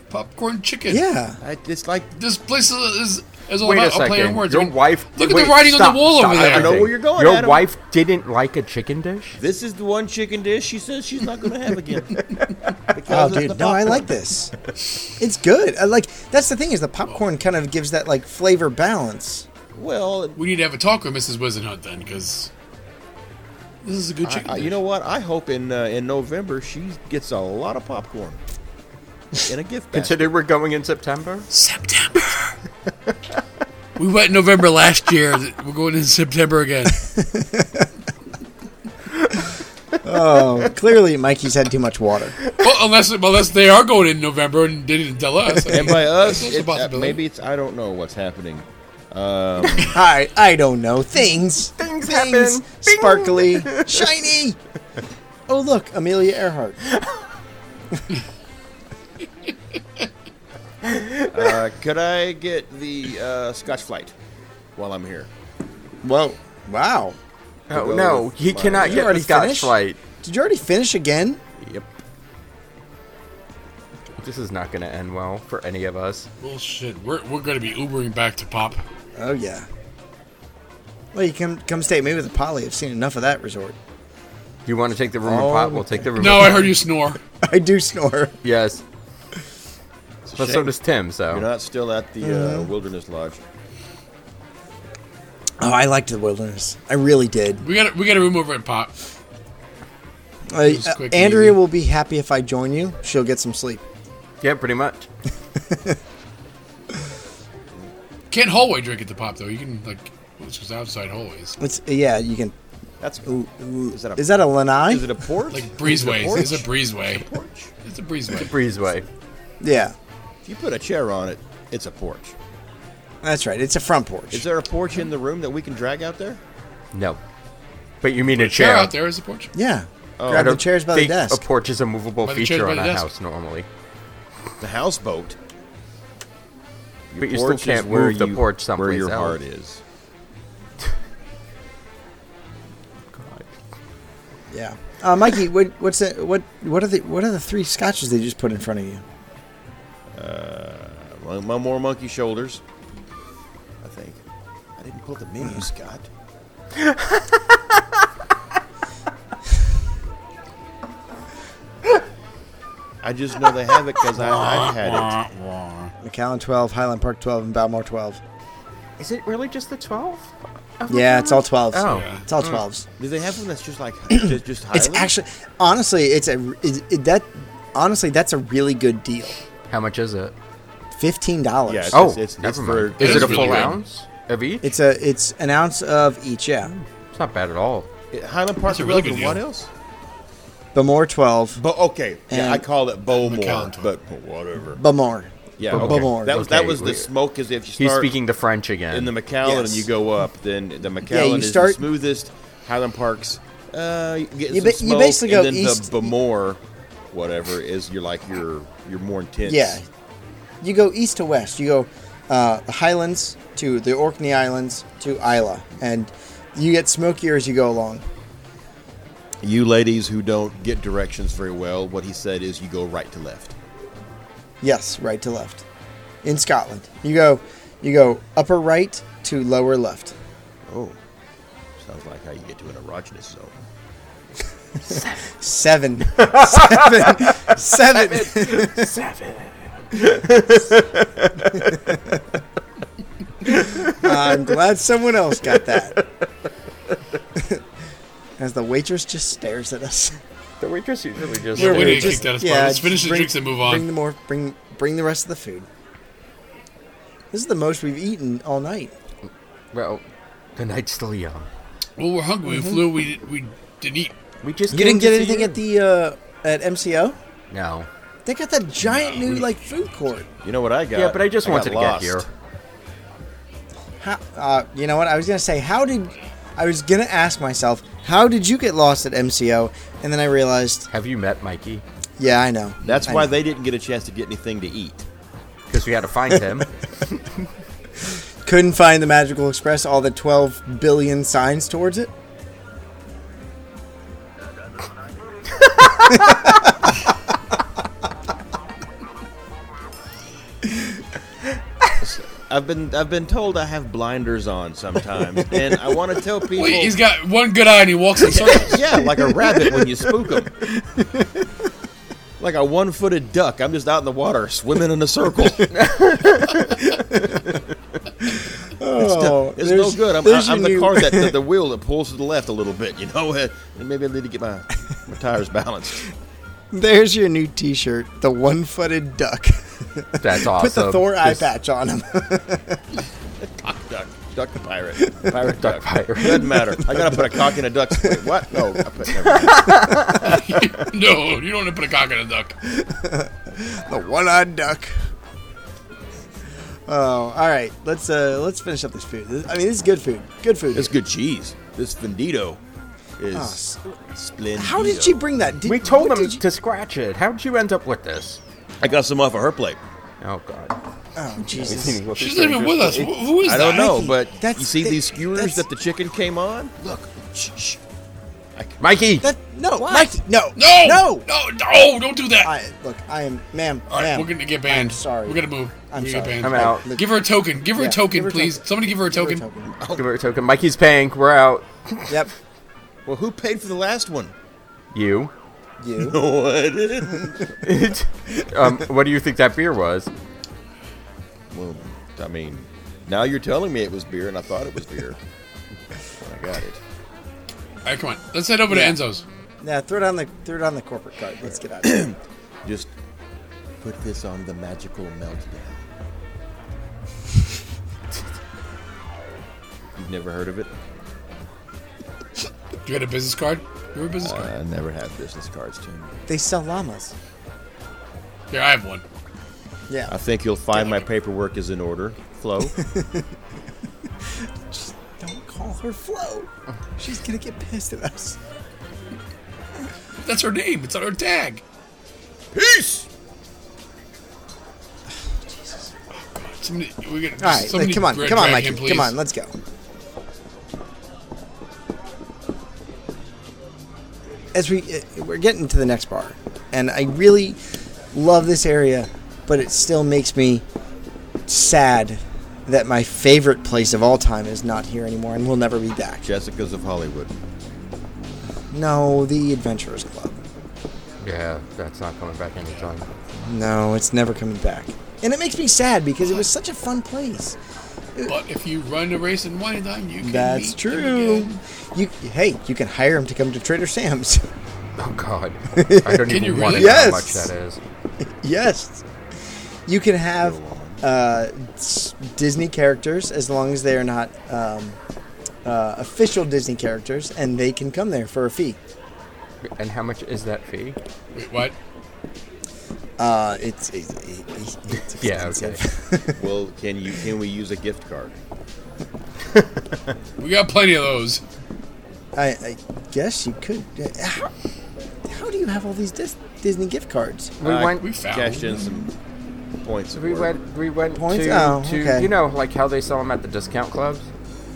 Popcorn chicken. yeah. I, it's like This place is is all Wait a about a, play on second. words. I Your mean, wife. Look at wait, the writing stop, on the wall stop, over there. I know where you're going, Your Adam. wife didn't like a chicken dish. this is the one chicken dish she says she's not going to have again. Oh, Because of the dude, no, I popcorn. like this. It's good. I like that's the thing is the popcorn kind of gives that like flavor balance. Well, We need to have a talk with Mrs. Wizenhunt then, because This is a good chicken. I, I, you dish. know what? I hope in uh, in November she gets a lot of popcorn in a gift bag. Consider we're going in September. September. we went in November last year. We're going in September again. Oh, clearly Mikey's had too much water. Well, unless unless they are going in November and they didn't tell us. I and mean, by us, that's also a it, uh, possibility. maybe it's I don't know what's happening. I I don't know things. Things happen. Bing. Sparkly, shiny. Oh look, Amelia Earhart. Uh, could I get the uh, Scotch flight while I'm here? Whoa! Wow. Oh go no, with he my- cannot You get the already Scotch finished? Light. Did you already finish again? Yep. This is not going to end well for any of us. bullshit. We're we're gonna be Ubering back to Pop. Oh yeah. Well, you can come stay with me with a Polly. I've seen enough of that resort. You want to take the room and pot? We'll take the room. No, and I pot. heard you snore. I do snore. Yes, but so Shame does Tim. So You're not still at the uh, Mm-hmm. Wilderness Lodge. Oh, I liked the wilderness. I really did. We got a- we got a room over at Pop. Uh, was uh, quick and Andrea easy. will be happy if I join you. She'll get some sleep. yeah, pretty much. Can't hallway drink at the Pop though. You can like it's just outside hallways. It's uh, yeah. You can. That's Ooh, ooh. Is that a- is that a lanai? Is it a porch? Like Is it breezeways. porch? It's a breezeway. porch. It's a breezeway. Breezeway. yeah. If you put a chair on it, it's a porch. That's right. It's a front porch. Is there a porch in the room that we can drag out there? No, but you mean a Chair chair? out there is a porch. yeah. Oh, I Grab the don't chairs by the think desk. A porch is a movable By the chairs feature on by the a desk. house normally, The houseboat. Your But you still porch is can't where move the you- porch Where someplace your else. heart is. Yeah, uh, Mikey, what, what's that? What what are the what are the three scotches they just put in front of you? Mo- mo- more monkey shoulders. I think. I didn't pull the menu, Scott. I just know they have it because I've had it. McAllen twelve, Highland Park twelve, and Balmore twelve. Is it really just the twelve? yeah, it's all twelves. Oh. it's all twelves. Do they have one that's just Mm. like just, just It's Highland? actually honestly, it's a it, it, that honestly that's a really good deal. How much is it? Fifteen dollars. yeah. It's, Oh, it's, it's, it's never for mind. Is it's it a really full good. ounce of each? it's a it's an ounce of each. Yeah, It's not bad at all. it- Highland Park. It's a and really Rutland, good What deal. else? Balmore twelve, But okay, yeah, I And- call it Bowmore, McAllen. but whatever. Balmore. Yeah, Bo- okay. Bowmore. That was that Okay, was the we- smoke. Is if you start He's speaking the French again. in the McAllen Yes. and you go up, then the McAllen you is the start- smoothest. Highland Parks, uh, you get You some ba- you smoke, basically and go then east- the Bemore, whatever is you're like you're you're more intense. Yeah, you go east to west. You go uh, the Highlands to the Orkney Islands to Isla, and you get smokier as you go along. You ladies who don't get directions very well, what he said is you go right to left. Yes, right to left. In Scotland, you go, you go upper right to lower left. Oh, sounds like how you get to an erogenous zone. Seven, seven, seven. I'm glad someone else got that. As the waitress just stares at us. the waitress usually just. Yeah, we We're didn't just- kick that as yeah, part. Let's just finish the bring- drinks and move on. Bring the more, bring, bring the rest of the food. This is the most we've eaten all night. Well, the night's still young. Well, we're hungry. Mm-hmm. We flew. We we didn't eat. We just You didn't get anything at the uh, at MCO. no. They got that giant new like food court. You know what I got? Yeah, but I just got wanted to lost. get here. How, uh, you know what? I was gonna say, how did? I was gonna ask myself, how did you get lost at MCO? And then I realized, Have you met Mikey? yeah, I know. That's I why know. they didn't get a chance to get anything to eat. Because we had to find him. couldn't find the Magical Express. All the twelve billion signs towards it. I've been I've been told I have blinders on sometimes, and I want to tell people. Wait, he's got one good eye and he walks in circles. Yeah, like a rabbit when you spook them. Like a one-footed duck, I'm just out in the water swimming in a circle. Oh, it's no there's- good. I'm, there's I'm your the new- car that the, the wheel that pulls to the left a little bit, you know. And maybe I need to get my, my tires balanced. There's your new T-shirt, the one-footed duck. That's awesome. Put the Thor eye This- patch on him. Duck, duck the pirate, pirate Duck duck, pirate. Doesn't matter. I gotta put a cock in a duck. Wait, what? No, I put. Never mind. no, you don't want to put a cock in a duck. the one-eyed duck. Oh, all right. Let's uh let's finish up this food. This- I mean, this is good food. Good food. It's good cheese. This Vendito is Oh, s- splendid. How did she bring that? Did, We told what them did you- to scratch it. How'd you end up with this? I got some off of her plate. Oh God. oh Jesus! She's not even with us. Who who is I don't that? know, but That's- you see that- these skewers that's- that the chicken came on? Look, shh, shh. Mikey. That no, Mike, no, No, no. no, no! Don't do that. I look. I am, ma'am, All right, ma'am. we're gonna get banned. I'm sorry. We're gonna move. I'm We're sorry. gonna get I'm banned. out. Look, Give her a token. Give her Yeah, a token, give her a please. token. Somebody give her a give her token. token. Give her a token. Mikey's paying. We're out. Yep. Well, who paid for the last one? You. You. No, I didn't. um, what do you think that beer was? Well, I mean, now you're telling me it was beer, and I thought it was beer. when I got it. All right, come on. Let's head over Yeah. to Enzo's. Now throw it on the throw it on the corporate card. Let's get out. of here. Just put this on the magical meltdown. You've never heard of it? Do you got a business card? You have a business card? I never have business cards, Tim. They sell llamas. Here, I have one. Yeah. Uh, I think you'll find my paperwork is in order. Flo, Don't call her Flo. She's gonna get pissed at us. That's her name. It's on her tag. peace. Somebody, we get, All right. somebody come on, dra- come on, drag Mikey. him, please. come on, let's go. As we uh, we're getting to the next bar, and I really love this area, but it still makes me sad that my favorite place of all time is not here anymore, and will never be back. Jessica's of Hollywood. No, the Adventurers Club. Yeah, that's not coming back anytime. No, it's never coming back. And it makes me sad because it was such a fun place. But if you run a race in Wyandotte, you can That's meet true. Him again. You hey, you can hire him to come to Trader Sam's. Oh God. I don't you even want to really? know how Yes. much that is. yes. You can have uh, s- Disney characters as long as they are not um, uh, official Disney characters, and they can come there for a fee. And how much is that fee? Wait, what? Uh, it's it, it, it's Yeah, expensive. Well, can you? Can we use a gift card? We got plenty of those. I, I guess you could. Uh, How, how do you have all these Dis- Disney gift cards? We I- went. We found. Cashed in some points. We for it. went. We went Points? to, Oh, to okay. you know like how they sell them at the discount clubs.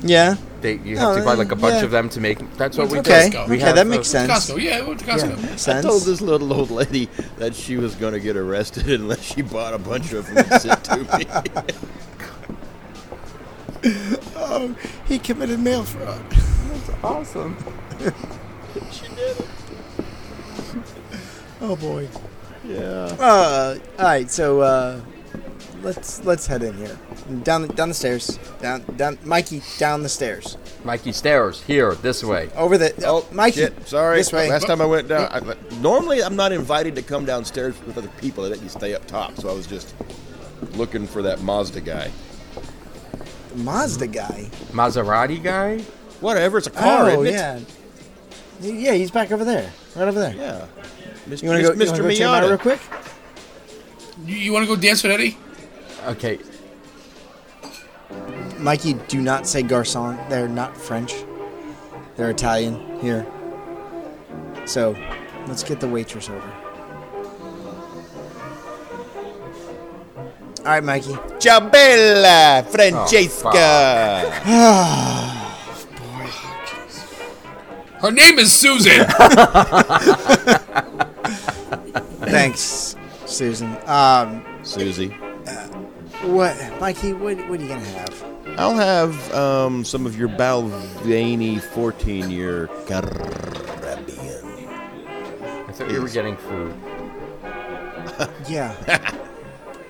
Yeah. They you Oh, have to buy like a bunch yeah. of them to make. That's what we Okay. did. Costco. We Okay, have that a- makes sense. Costco. Yeah, we went to Costco. Yeah, I told sense. this little old lady that she was going to get arrested unless she bought a bunch of them and sent to me. Oh, he committed mail fraud. Awesome. Oh boy. yeah. Uh, all right, so uh, let's let's head in here. Down down the stairs. Down down Mikey down the stairs. Mikey stairs here this way. Over the oh, Mikey. Shit, sorry. This way. Last time I went down. I, normally, I'm not invited to come downstairs with other people. They let you stay up top, so I was just looking for that Mazda guy. Mazda guy. Maserati guy. Whatever, it's a car, oh isn't it? yeah. Yeah, he's back over there. Right over there. Yeah. Mr. You want to go, Mr. you wanna go check him out Miata. real quick? You, want to go dance with Eddie? Okay. Mikey, do not say garçon. They're not French. They're Italian here. So, let's get the waitress over. All right, Mikey. Ciao bella, Oh, Francesca. Her name is Susan. Thanks, Susan. Um, Susie, what, Mikey? What, what are you gonna have? I'll have um, some of your Balvenie 14 year Caribbean. I thought you were getting food. Yeah.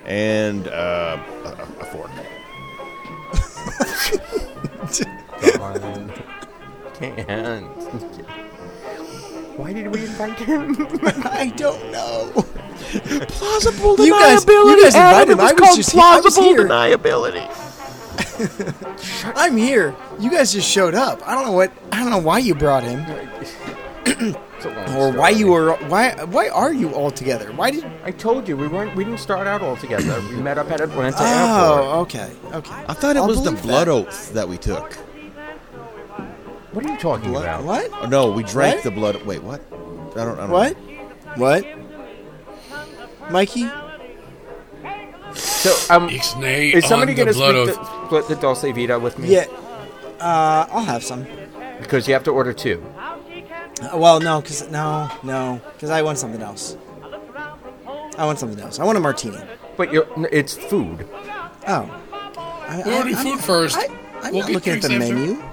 And uh, a, a fork. Don can't. Why did we invite him? I don't know. Plausible You guys, you guys invited him. I was just here. I was here. deniability. I'm here. You guys just showed up. I don't know what. I don't know why you brought him, It's a long or why story. you were. Why why are you all together? Why did? I told you we weren't. We didn't start out all together. We met up at Atlanta Airport. Oh, okay, okay. I thought it I'll was the believe blood that. oath that we took. What are you talking about? oh. What? Oh, no, we drank What? the blood. Wait, what? I don't. I don't What? What? Mikey? So, um, Ixnay is somebody on going the to blood split oath. the, split the Dulce Vita with me? Yeah. Uh, I'll have some. Because you have to order two. Uh, Well, no, cause no, no, cause I want something else. I want something else. I want a martini. But you're, n- it's food. Oh. I, We ordered food first. I, I'm We'll not get looking at the drinks after. menu.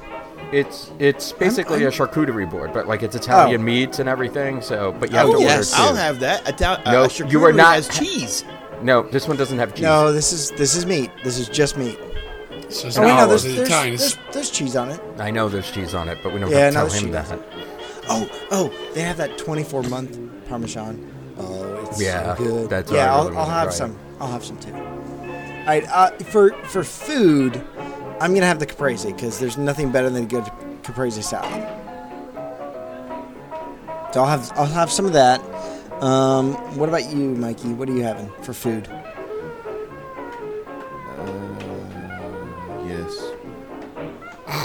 It's it's basically I'm- a charcuterie board, but like it's Italian Oh. meats and everything. So, but you have Oh to yes, order 2 I'll have that. A ta- No, uh, you are charcuterie not- has cheese. No, this one doesn't have cheese. No, this is this is meat. This is just meat. So it's Oh, wait, not no, No, there's worth there's, it. Italian. It's- there's, there's cheese on it. I know there's cheese on it, but we don't Yeah, have to no, tell there's him cheese. that. Oh, oh, they have that 24 month Parmesan. Oh, it's Yeah, so good. that's what yeah, I I'll, really I'll wanna have try. some. I'll have some too. All right, uh, for for food, I'm gonna have the caprese because there's nothing better than a good caprese salad. So I'll have I'll have some of that. Um, what about you, Mikey? What are you having for food? Yes.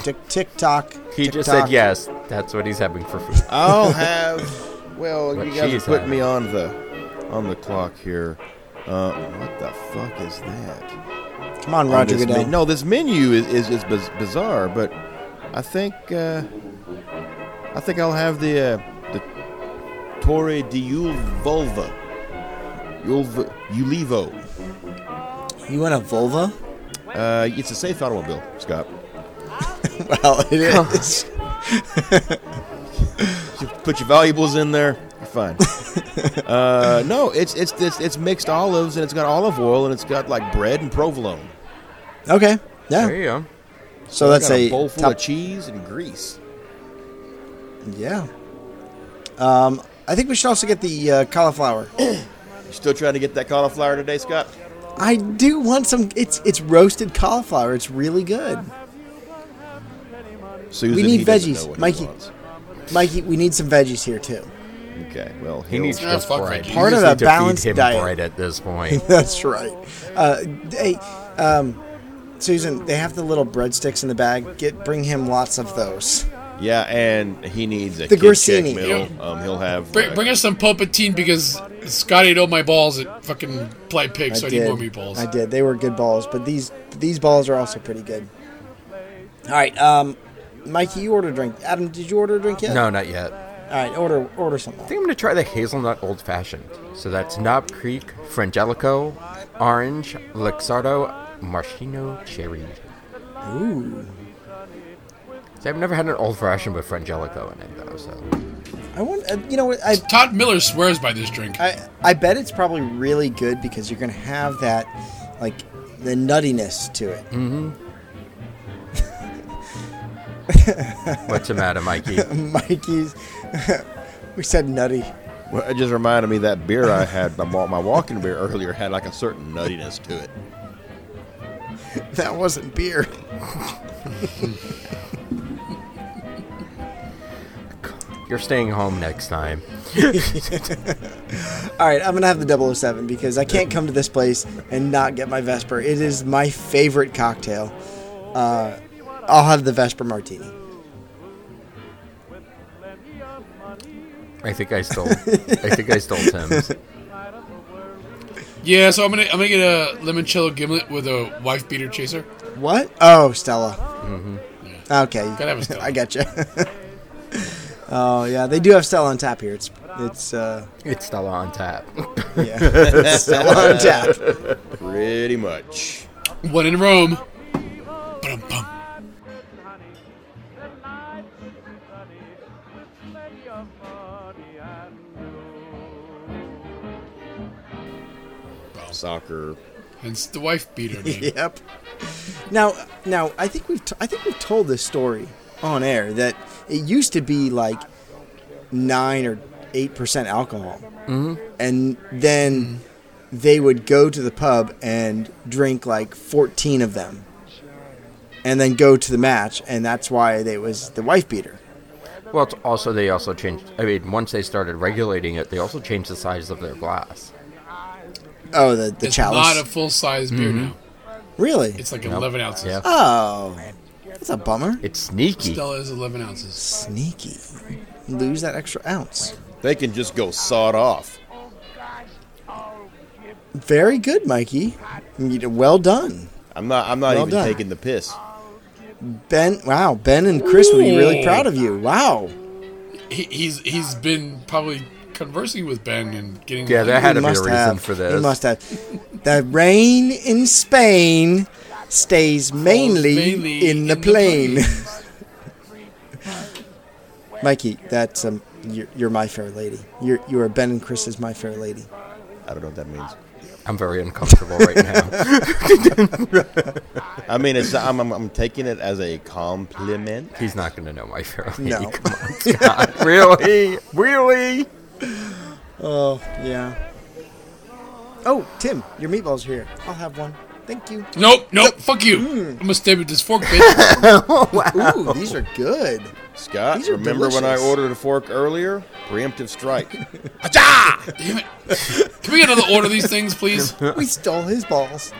Tick tick tock. He tick, just tock. said yes. That's what he's having for food. I'll have. Well, What you guys cheese are putting have? me on the on the clock here. Uh, what the fuck is that? Come on, On Roger this Goodell. men- no, this menu is is, is biz- bizarre, but I think uh, I think I'll have the uh, the Torre di Ulvolva. Ulv- Ulivo. You want a vulva? Uh, it's a safe automobile, Scott. Well, it is. You put your valuables in there. You're fine. uh, no, it's, it's it's it's mixed olives and it's got olive oil and it's got like bread and provolone. okay. There Yeah. you go. So that's got a bowl full top of cheese and grease. Yeah. Um, I think we should also get the uh, cauliflower. You still trying to get that cauliflower today, Scott? I do want some. It's it's roasted cauliflower. It's really good. Susan, need he doesn't veggies, know what he Mikey. wants. Mikey, we need some veggies here too. Okay, well He he'll- needs Yeah, just fuck bread. veggies. You Part just of a need to feed balanced him diet. bread at this point. That's right. Uh, hey, um, Susan, they have the little breadsticks in the bag. Get bring him lots of those. Yeah, and he needs a The kid check grissini. meal. Yeah. Um, he'll have Bring, uh, bring us some pulpatine because Scott ate all my balls at fucking Play Pig, I so I need did. more meatballs. I did. They were good balls, but these these balls are also pretty good. All right, um, Mikey, you order a drink. Adam, did you order a drink yet? No, not yet. All right, order order something. I think I'm gonna try the hazelnut old fashioned. So that's Knob Creek, Frangelico, Orange, Lexardo, Maraschino, Cherry. Ooh, See, I've never had an old fashioned with Frangelico in it though. So I want. Uh, you know what? I Todd Miller swears by this drink. I I bet it's probably really good because you're gonna have that, like, the nuttiness to it. what's the matter, Mikey? Mikey's, we said nutty. Well, it just reminded me that beer I had, my, wa- my walking beer earlier, had like a certain nuttiness to it. That wasn't beer. You're staying home next time. All right, I'm gonna have the 007 because I can't come to this place and not get my Vesper. It is my favorite cocktail. Uh, I'll have the Vesper Martini. I think I stole. I think I stole Tim's. yeah, so I'm gonna I'm gonna get a limoncello gimlet with a wife beater chaser. What? Oh, Stella. Okay, Mm-hmm. have a Stella. I got you. oh yeah, they do have Stella on tap here. It's it's uh, It's Stella on tap. yeah, Stella on tap. Pretty much. One in Rome. Ba-dum-bum. Soccer, Hence the wife beater name. yep. Now, now I think we've t- I think we've told this story on air that it used to be like nine or eight percent alcohol, mm-hmm. and then they would go to the pub and drink like fourteen of them, and then go to the match, and that's why they was the wife beater. Well, it's also they also changed. I mean, once they started regulating it, they also changed the size of their glass. Oh, the the It's chalice. not a full size beer now. really? It's like 11 ounces. Yeah, oh, that's a bummer. it's sneaky. Stella is 11 ounces. Sneaky. Lose that extra ounce. They can just go sawed off. Very good, Mikey. You did- Well done. I'm not. I'm not Well even done. taking the piss. Ben, wow, Ben and Chris would be really proud of you. Wow. He, he's he's been probably conversing with Ben and getting Yeah, that had to be a reason have, for He this. must have. The rain in Spain stays mainly, in the plain. plains. Mikey, that's um, you're, you're my fair lady. You're you are Ben and Chris's my fair lady. I don't know what that means. I'm very uncomfortable right now. I mean, it's. I'm. I'm, I'm taking it as a compliment. He's not going to know my fair lady. No. Come on, Scott. really, really. Oh yeah. Oh Tim, your meatballs are here. I'll have one. Thank you. nope, nope, fuck you. Hmm. I'm gonna stab you with this fork, bitch. Ooh, these are good. Scott, These are remember when I delicious. ordered a fork earlier? Preemptive strike. Oh, Acha! Damn it. Can we get another order of these things, please? We stole his balls.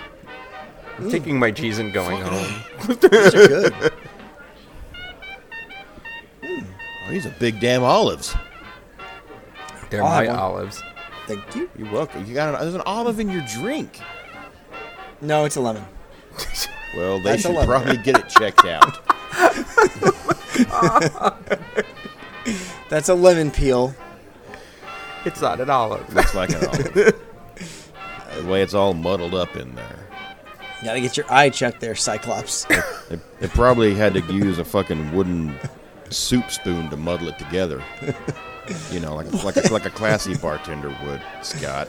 I'm taking my cheese and going home. These are good. Oh, these are big damn olives. They're I'll my have one. olives. Thank you. You're welcome. You got an, there's an olive in your drink. No, it's a lemon. Well, they That's a should lemon. probably get it checked out. That's a lemon peel. It's not an olive. Looks like an olive. the way it's all muddled up in there. Gotta get your eye checked there, Cyclops. They, they probably had to use a fucking wooden soup spoon to muddle it together. You know, like like a, like a classy bartender would, Scott.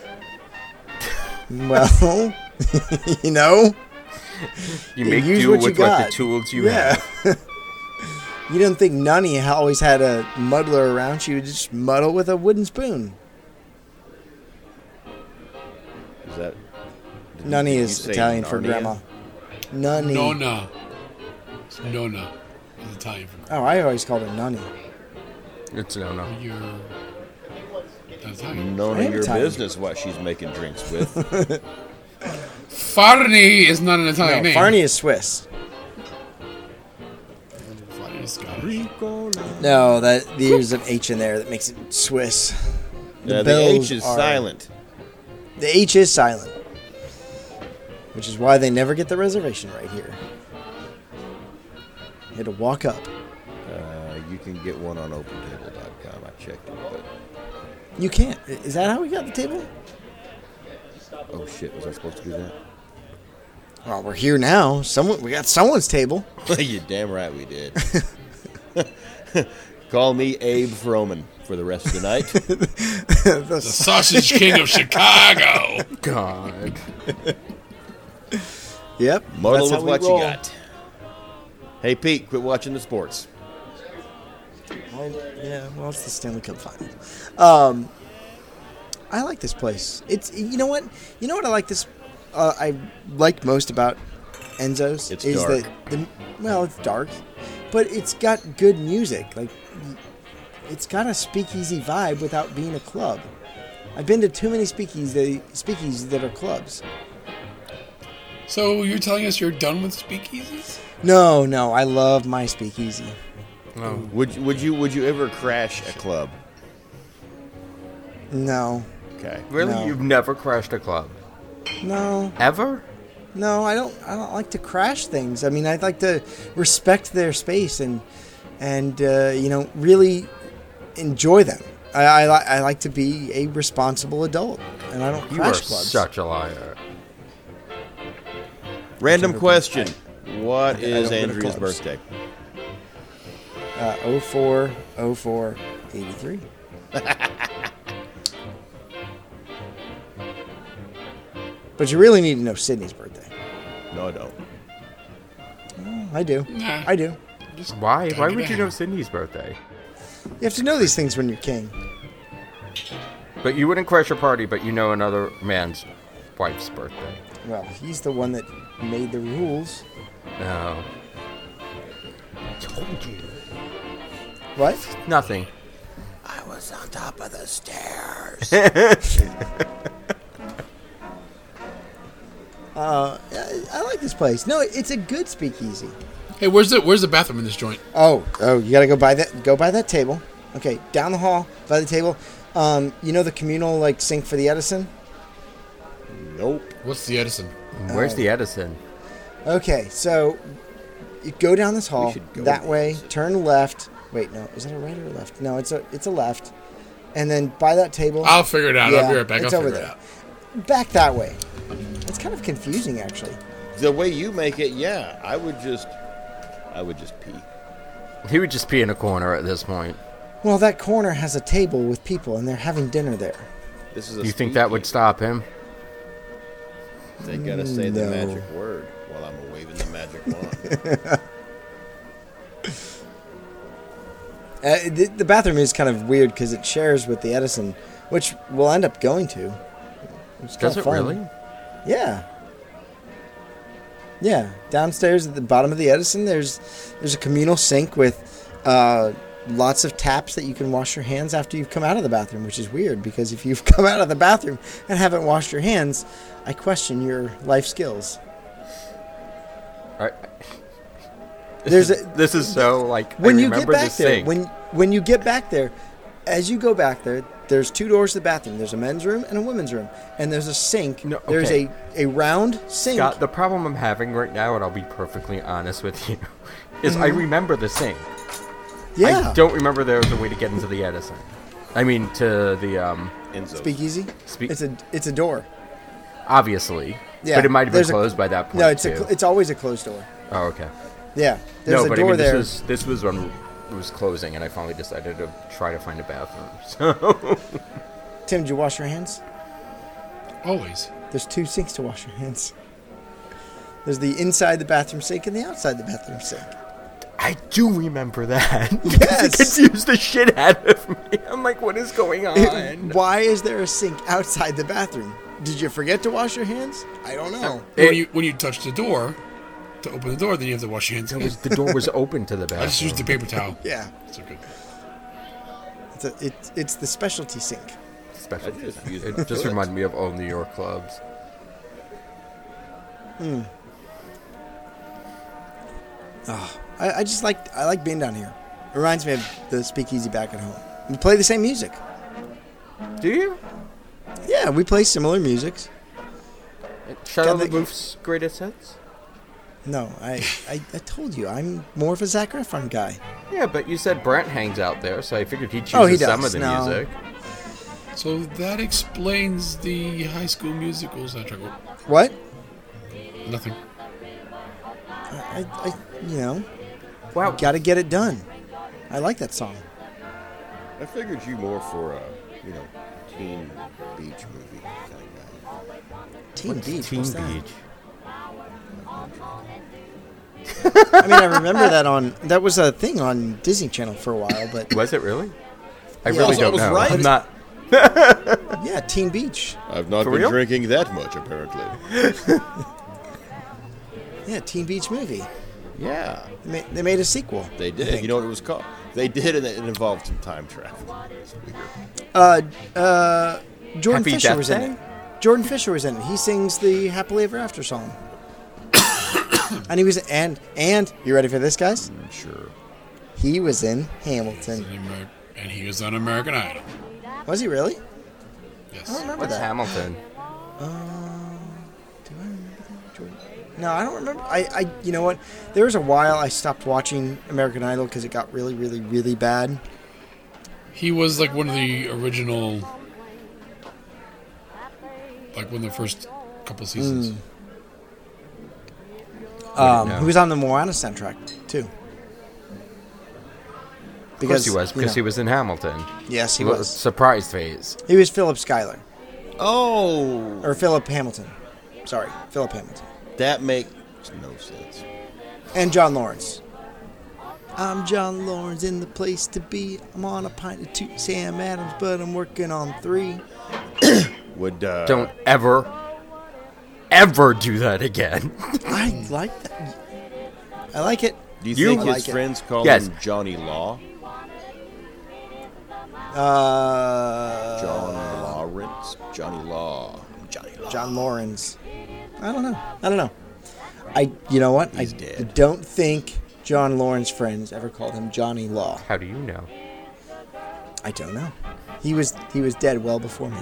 well, you know, You make use do what you with what got. the tools you yeah. have. you didn't think Nani ha- always had a muddler around? She would just muddle with a wooden spoon. Is that? did Nani you is say Italian for Narnia? grandma. Nani. Nona. It's Nona. It's Italian for Oh, I always called her Nani. It's no, no. You're not Italian. I None am of your Italian. business what she's making drinks with. Farni is not an No, Italian name. Farney is Swiss. Farni is Scottish. No, that there's an H in there that makes it Swiss. Yeah, the bells H is are- silent. The H is silent, which is why they never get the reservation right here. You had to walk up. Uh, you can get one on OpenTable.com. I checked it, but You can't. I- Is that how we got the table? oh shit, was I supposed to do that? Well, we're here now. Someone we got someone's table. you damn right we did. Call me Abe Froman for the rest of the night. The Sausage King of Chicago. God. Yep. Muddle that's how with we what roll. you got. Hey Pete, quit watching the sports. I- yeah. Well, it's the Stanley Cup final. Um, I like this place. It's you know what you know what I like this. Uh, I like most about Enzo's It's is dark. that the well, it's dark, but it's got good music. Like it's got a speakeasy vibe without being a club. I've been to too many speakeasies, they, speakeasies that are clubs. So you're telling us you're done with speakeasies? No, no, I love my speakeasy. No. Would you- would you would you ever crash a club? No, Okay. Really? No. You've never crashed a club? no, Ever? no. I don't. I don't like to crash things. I mean, I'd like to respect their space and and uh, you know really enjoy them. I, I, li- I like to be a responsible adult, and I don't You crash are clubs. such a liar. Random question. What I is don't go to Andrea's clubs. birthday? Uh, 04, 04, 83. But you really need to know Sydney's birthday. No, I don't. I do. Nah. I do. Just Why? gotta Why get would you down. know Sydney's birthday? You have to know these things when you're king. But you wouldn't crash a party, but you know another man's wife's birthday. Well, he's the one that made the rules. No. Told you. What? Nothing. I was on top of the stairs. Uh, I, I like this place. No, it's a good speakeasy. Hey, where's the where's the bathroom in this joint? Oh, oh, you gotta go by that. Go by that table. Okay, down the hall by the table. Um, you know the communal like sink for the Edison. nope. What's the Edison? Uh, Where's the Edison? Okay, so you go down this hall We should go that to way. Edison. Turn left. Wait, no, is that a right or a left? No, it's a it's a left. And then by that table. I'll figure it out. I'll be Yeah, right back. I'll it's figure over it there. out. back that way. It's kind of confusing, actually. The way you make it, yeah. I would just, I would just pee. He would just be in a corner at this point. Well, that corner has a table with people, and they're having dinner there. This is. A You think that would speakeasy. stop him? They gotta say the No. magic word while I'm waving the magic wand. Uh, the, the bathroom is kind of weird because it shares with the Edison, which we'll end up going to. It's kind Does of it fun. really? Yeah. Yeah. Downstairs at the bottom of the Edison, there's there's a communal sink with uh, lots of taps that you can wash your hands after you've come out of the bathroom, which is weird because if you've come out of the bathroom and haven't washed your hands, I question your life skills. Alright. There's a, This is so like I when you get remember back this there, thing. when when you get back there, as you go back there, there's two doors to the bathroom. There's a men's room and a women's room, and there's a sink. No, There's okay. a a round sink. Scott, the problem I'm having right now, and I'll be perfectly honest with you, is I remember the sink. Mm-hmm. yeah. I don't remember there was a way to get into the Edison. I mean, to the um, Enzo. Speakeasy. Speak- it's a it's a door. obviously. Yeah. But it might have been There's a- closed by that point. No, it's a too. cl- it's always a closed door. oh, okay. Yeah. There's no, a but door I mean, there. this was this was when it was closing, and I finally decided to try to find a bathroom. So Tim, did you wash your hands? Always. There's two sinks to wash your hands. There's the inside the bathroom sink and the outside the bathroom sink. I do remember that. Yes. it confused the shit out of me. I'm like, what is going Uh, on? Why is there a sink outside the bathroom? Did you forget to wash your hands? I don't know. when you when you touch the door, to open the door, then you have to wash your hands. It was- the door was open to the I just bathroom. used a paper towel. Yeah. It's okay. It's, a, it, it's the specialty sink. Special I just thing. used it the just toilet. reminded me of old New York clubs. I, I just like I like being down here. It reminds me of the speakeasy back at home. We play the same music. Do you? Yeah, we play similar musics. Shadow Got of the the- Roof's greatest hits? No, I, I, I told you, I'm more of a Zac Efron guy. Yeah, but you said Brent hangs out there, so I figured he chooses Oh, he some of does. the No. music. So that explains the High School Musical soundtrack. Oh, What? Nothing. I, I you know, Wow. gotta get it done. I like that song. I figured you more for a, you know, teen beach movie kind of guy. Teen Beach. Teen what's that? Beach. I mean, I remember that on that was a thing on Disney Channel for a while, but Was it really? I Yeah. really Also, I don't was know. right. I'm not. yeah, Teen Beach. I've not For been real? drinking that much apparently. Yeah, Teen Beach movie. Yeah, They made, they made a sequel. they I did. think. You know what it was called? They did, and it involved some time travel. It's weird. uh, uh, Jordan Happy Fisher Death was Day? in it. Jordan Fisher was in it. He sings the "Happily Ever After" song, and he was and and you ready for this, guys? Sure. He was in Hamilton. Amer- And he was on American Idol. Was he really? Yes. I don't remember What's that. Hamilton? Do I remember that? Jordan? No, I don't remember. I, I, you know what? There was a while I stopped watching American Idol because it got really, really, really bad. He was like one of the original, like one of the first couple seasons. Hmm. Um, no. He was on the Moana soundtrack too. Of course he was, because he was in Hamilton. Yes, he Well, was. Surprise phase. He was Philip Schuyler Oh, or Philip Hamilton. Sorry, Philip Hamilton That makes no sense. and John Lawrence. I'm John Lawrence in the place to be. I'm on a pint of two Sam Adams, but I'm working on three. Would uh, Don't ever, ever do that again. I like that. I like it. Do you, You- think I his like it. friends call Yes. him Johnny Law? Uh, John Lawrence. Johnny Law. Johnny Law. John Lawrence. I don't know. I don't know. I you know what? He's I dead. don't think John Lawrence friends ever called him Johnny Law. How do you know? I don't know. He was he was dead well before me.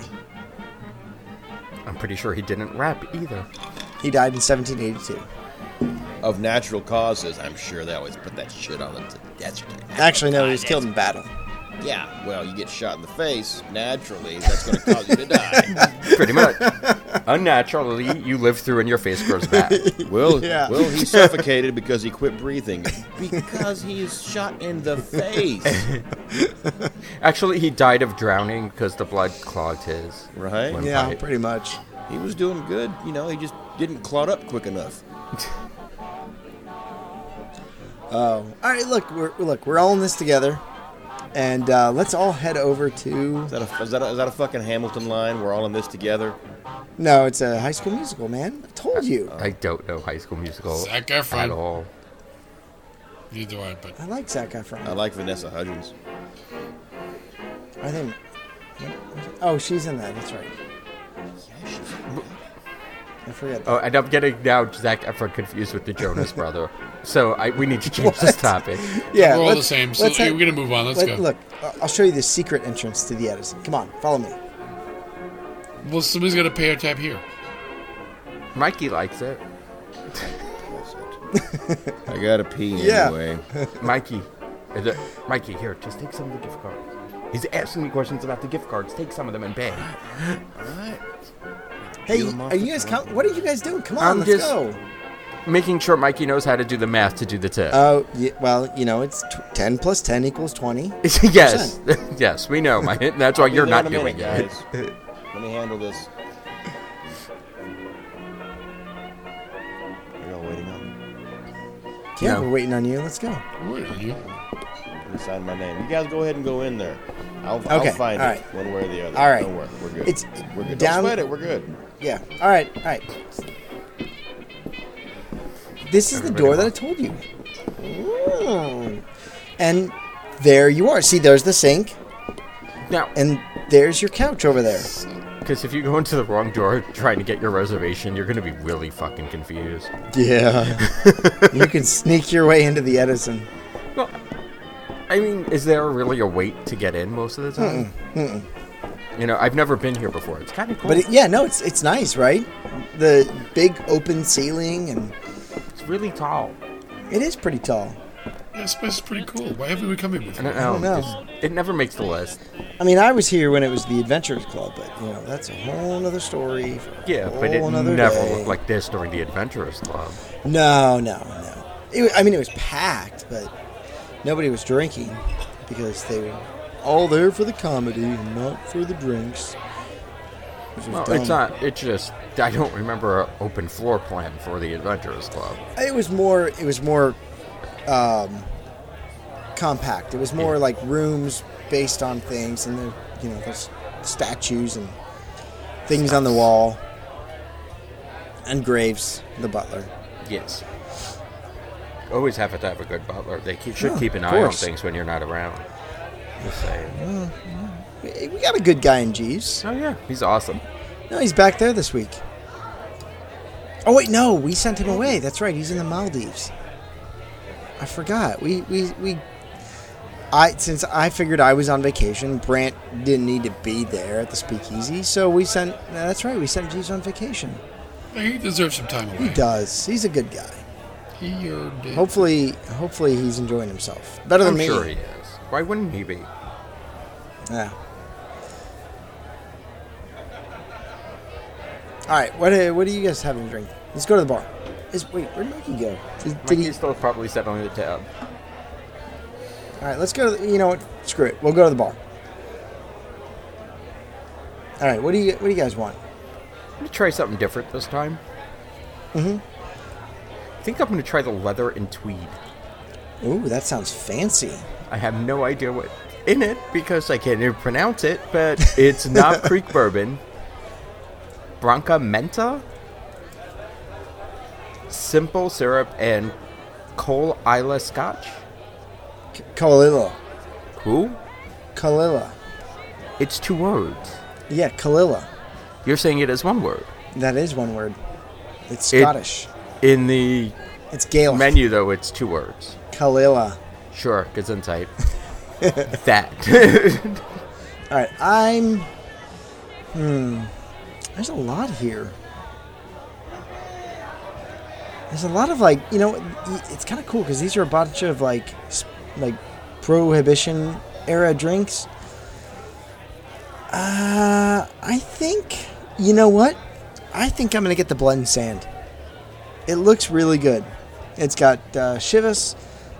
I'm pretty sure he didn't rap either. He died in 1782. Of natural causes, I'm sure they always put that shit on them. To, that's Actually, no, he was killed in battle. yeah. Well, you get shot in the face naturally. That's going to cause you to die. Pretty much. Unnaturally, you live through and your face grows back. Will Yeah. Will he suffocated because he quit breathing? Because he is shot in the face, Actually, he died of drowning because the blood clogged his. right? When- Yeah, Right. pretty much. He was doing good. You know, he just didn't clot up quick enough. All right, look, we're look, we're all in this together, and uh, let's all head over to. Is that, a, is, that a, is that a fucking Hamilton line? We're all in this together. No, it's a High School Musical, man. I told you. Oh. I don't know High School Musical Zac Efron. at all. Neither do I, but I like Zac I Efron. like Vanessa Hudgens. I think. Oh, she's in that. That's right. I forget. That. Oh, and I'm getting now Zach Efron confused with the Jonas brother. So I, we need to change this topic. yeah, we're all the let's- same. So let's hey, head- we're gonna move on. Let's let- go. Look, I- I'll show you the secret entrance to the Edison. Come on, follow me. Well, somebody's got to pay our tab here. Mikey likes it. I gotta pee Yeah. anyway. Mikey, is it- Mikey, here, just take some of the gift cards. He's asking me questions about the gift cards. Take some of them and pay. Hey, are you guys? Com- what are you guys doing? Come on, I'm let's just- go. Making sure Mikey knows how to do the math to do the tip. Oh, yeah, well, you know, it's t- ten plus ten equals twenty. yes, yes, we know. Mike. That's why you're Be there not in a minute, doing it. guys. Let me handle this. Are y'all waiting on me? Yeah, No. we're waiting on you. Let's go. Where are you? Let me sign my name. You guys go ahead and go in there. I'll, Okay, I'll find all it right. one way or the other. All right. Don't worry. We're good. It's we're good. Don't down- sweat it. We're good. Yeah. All right. All right. This is the door that I told you. Ooh. And there you are. See, there's the sink, Now, and there's your couch over there. because if you go into the wrong door trying to get your reservation, you're going to be really fucking confused. Yeah. you can sneak your way into the Edison. Well, I mean, is there really a wait to get in most of the time? You know, I've never been here before. It's kind of cool. But it, yeah, no, it's it's nice, right? The big open ceiling, and it's really tall. it is pretty tall. Yeah, this place is pretty cool. Why haven't we come in I before? don't know. know. it's- It never makes the list. I mean, I was here when it was the Adventurers Club, but you know that's a whole other story. for a Yeah, but it whole nother never day. looked like this during the Adventurers Club. No, no, no. It, wa- I mean, it was packed, but nobody was drinking because they were all there for the comedy and not for the drinks. which was Well, dumb. it's uh, not. It's just I don't remember an open floor plan for the Adventurers Club. It was more. It was more um, compact. It was more like rooms based on things, and there, you know, there's statues and things on the wall and graves. The butler. Yes. Always have to have a good butler. They keep, should Yeah, keep an of eye on course. things when you're not around. Just saying. We, we got a good guy in Jeeves. Oh yeah, he's awesome. No, he's back there this week. Oh wait, no, we sent him away. That's right, he's in the Maldives. I forgot. We we we. I since I figured I was on vacation, Brant didn't need to be there at the Speakeasy, so we sent. That's right, we sent Jeeves on vacation. He deserves some time He away. does. He's a good guy. He earned it. Hopefully, hopefully he's enjoying himself better than I'm me. sure he is. Why wouldn't he be? Yeah. All right. What uh, what are you guys having to drink? Let's go to the bar. Is wait, where'd Mikey go? Did, did he, He's still probably settling the tab. all right. Let's go. To the, you know what? Screw it. We'll go to the bar. All right. What do you what do you guys want? Let me try something different this time. Mm-hmm. I think I'm going to try the leather and tweed. Ooh, that sounds fancy. I have no idea what in it because I can't even pronounce it, but it's not Creek bourbon. Branca Menta, simple syrup, and Cole Isla Scotch. C- Kalila. Who? Kalila. It's two words. Yeah, Kalila. You're saying it as one word. That is one word. It's It- Scottish. In the it's Gaelic. menu, though, it's two words. Kalila. Sure, good insight. that. All right, I'm. Hmm. There's a lot here. There's a lot of like, you know, y- it's kind of cool because these are a bunch of like, s- like, prohibition era drinks. Uh, I think you know what? I think I'm gonna get the blood and sand. It looks really good. It's got uh, Chivas,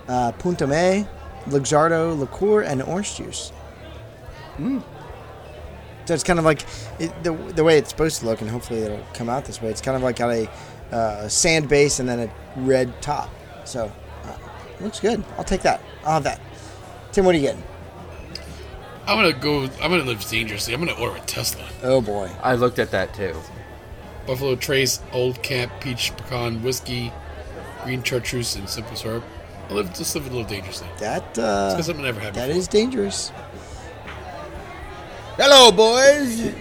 uh, Punta May, Luxardo liqueur, and orange juice. So it's kind of like it, the, the way it's supposed to look, and hopefully it'll come out this way. It's kind of like got a uh, sand base and then a red top. So uh, looks good. I'll take that. I'll have that. Tim, what are you getting? I'm gonna go. I'm gonna live dangerously. I'm gonna order a Tesla. Oh boy. I looked at that too. Buffalo Trace, Old Camp, Peach Pecan Whiskey, Green Chartreuse, and Simple Syrup. I live just live a little dangerously. That uh, Because something never happened. that is dangerous. Hello, boys.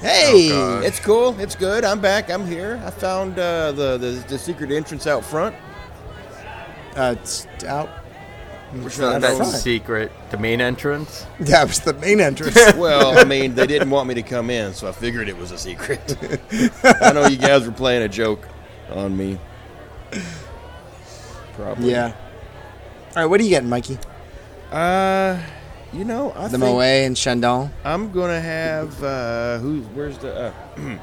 Hey, God. It's cool. It's good. I'm back. I'm here. I found uh, the, the the secret entrance out front. uh, it's out. Which Out That front. secret, the main entrance. That was the main entrance. well, I mean, they didn't want me to come in, so I figured it was a secret. I know you guys were playing a joke on me. Probably. yeah. All right, what are you getting, Mikey? Uh, you know, I The think Moet and Chandon. I'm gonna have uh, who's where's the uh,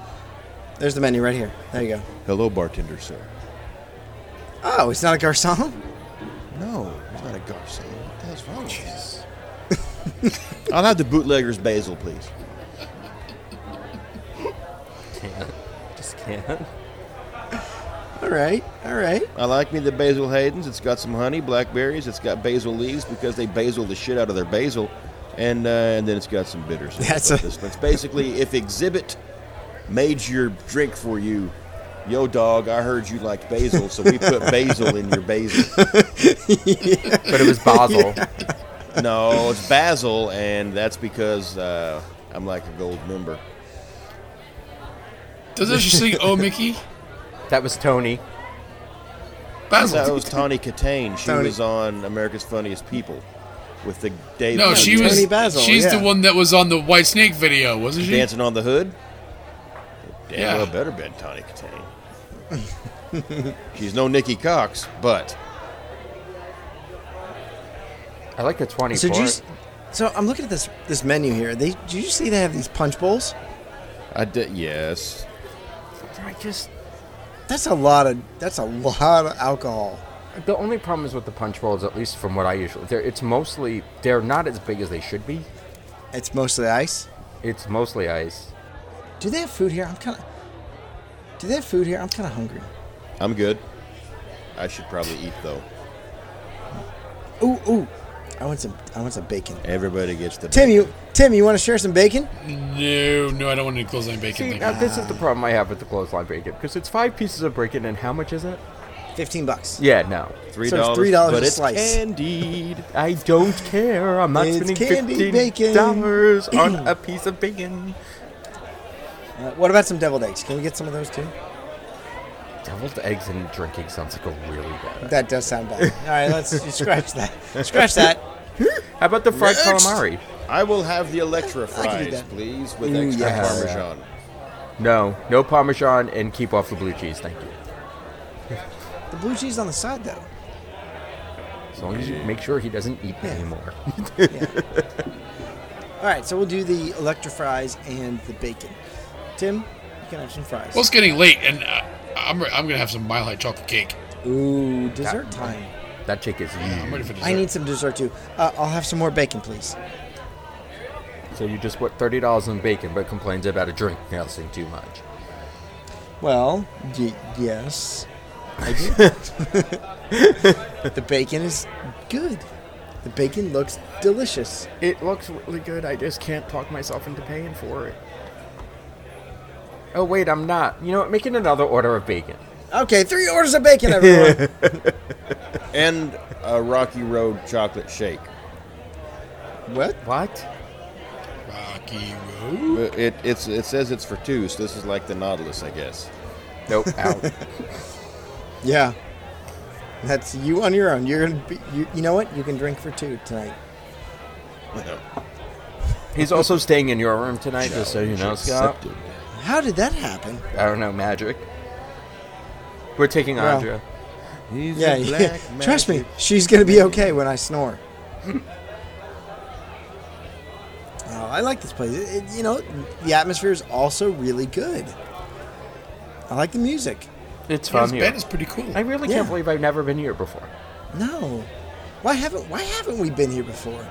There's the menu right here. There you go. hello bartender sir. Oh, it's not a garçon. No, it's not a garçon. What the hell's wrong with this? I'll have the bootlegger's basil, please. Can't. Just can't. All right, all right. I like me the basil Haydens. It's got some honey, blackberries. It's got basil leaves because they basil the shit out of their basil, and uh, and then it's got some bitters. in it. That's But a- this- that's basically if Exhibit made your drink for you. Yo, dog, I heard you liked basil, so we put basil in your basil. But it was Basel. No, it's basil, and that's because uh, I'm like a gold member. Does that just sing "Oh Mickey"? That was Tony. Basil. That was Tawny Catane. She Tawny. was on America's Funniest People with the Dave. no, she was. Tony Basil, she's yeah. the one that was on the White Snake video, wasn't she? Dancing on the Hood? Damn Yeah. well better been Tawny Katane. She's no Nikki Cox, but I like the 20 So for did you, it. s- so I'm looking at this this menu here. They did you see they have these punch bowls? I did. Yes. I just That's a lot of that's a lot of alcohol. the only problem is with the punch bowls, at least from what I usually, they're, it's mostly they're not as big as they should be. It's mostly ice. It's mostly ice. Do they have food here? I'm kind of. Do they have food here? I'm kind of hungry. I'm good. I should probably eat, though. Ooh ooh, I want some I want some bacon. Everybody gets the. Tim, you Tim, you want to share some bacon? No, no, I don't want any clothesline bacon. See, Thank now you. this is the problem I have with the clothesline bacon because it's five pieces of bacon and how much is it? Fifteen bucks. Yeah, no. Three So it's dollars. $3 but a it's slice. Candied. I don't care. I'm not It's spending candy fifteen bacon. dollars on a piece of bacon. Uh, what about some deviled eggs? Can we get some of those too? Deviled eggs and drinking sounds like a really bad. idea. That does sound bad. All right, let's scratch that. Scratch that. How about the fried Next. calamari? I will have the Electra I can do fries, that. please, with Ooh, extra yes. parmesan. No, no parmesan and keep off the blue cheese. Thank you. The blue cheese on the side though. As long as you make sure he doesn't eat Yeah. anymore. All right, so we'll do the electro fries and the bacon. Tim, you can have some fries. Well, it's getting late, and uh, I'm, I'm gonna have some Mile High chocolate cake. Ooh, dessert time. that chick is I'm ready huge. for dessert. I need some dessert too. Uh, I'll have some more bacon, please. So you just put thirty dollars on bacon, but complains about a drink now saying too much. Well, y- yes. I did. the bacon is good. The bacon looks delicious. It looks really good. I just can't talk myself into paying for it. Oh wait, I'm not. You know what? Making another order of bacon. Okay, three orders of bacon, everyone. and a Rocky Road chocolate shake. what? What? Rocky Road. But It it's it says it's for two, so this is like the Nautilus, I guess. Nope. Out. Yeah. That's you on your own. You're gonna be. You, you know what? You can drink for two tonight. He's also staying in your room tonight, just so you know, Scott. Accepted. How did that happen? I don't know magic. We're taking Well. Andrea. He's Yeah, a yeah. black Trust me, magic. she's gonna be okay when I snore. oh, I like this place. It- it- you know, the atmosphere is also really good. I like the music. It's Yeah, fun This here. bed is pretty cool. I really Yeah. can't believe I've never been here before. No, why haven't why haven't we been here before?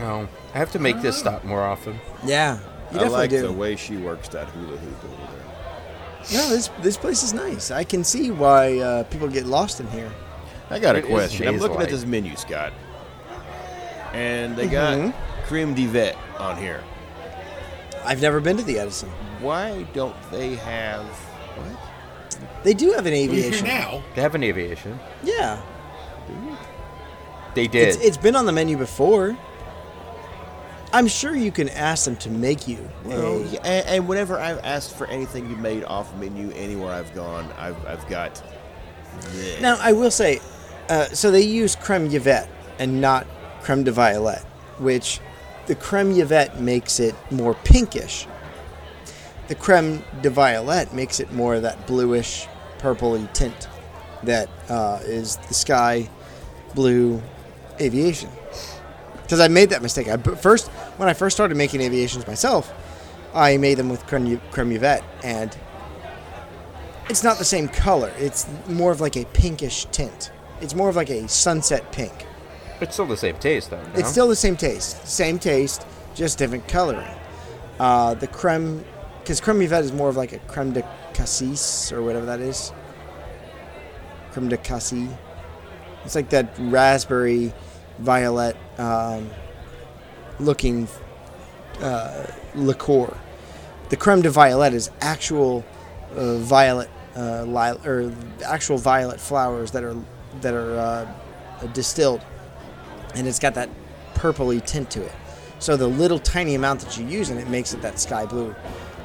Oh, I have to make this stop more often. Yeah, you I definitely like do. the way she works that hula hoop over there. no, this this place is nice. I can see why uh, people get lost in here. I got a It is question. I'm looking at hazelite. this menu, Scott, and they got Mhm. creme de vet on here. I've never been to the Edison. Why don't they have what? They do have an Well, you're here aviation. now. They have an aviation. Yeah, They did. it's, it's been on the menu before. I'm sure you can ask them to make you. Well, a- yeah, and, and whenever I've asked for anything you made off menu anywhere I've gone, I've, I've got. this. Now, I will say, uh, so they use creme yvette and not creme de violette, which the creme yvette makes it more pinkish. The creme de violette makes it more of that bluish, purpley tint that uh, is the sky blue aviation. Because I made that mistake. I, but first, when I first started making aviations myself, I made them with creme, creme yvette, and it's not the same color. It's more of like a pinkish tint. It's more of like a sunset pink. It's still the same taste, though. no? It's still the same taste, same taste, just different coloring. Uh, the creme, because creme yvette is more of like a creme de cassis or whatever that is. Creme de cassis. It's like that raspberry, violet, um, looking uh, liqueur. The creme de violette is actual uh, violet uh, li- or actual violet flowers that are that are uh, distilled, and it's got that purpley tint to it. So the little tiny amount that you use in it makes it that sky blue.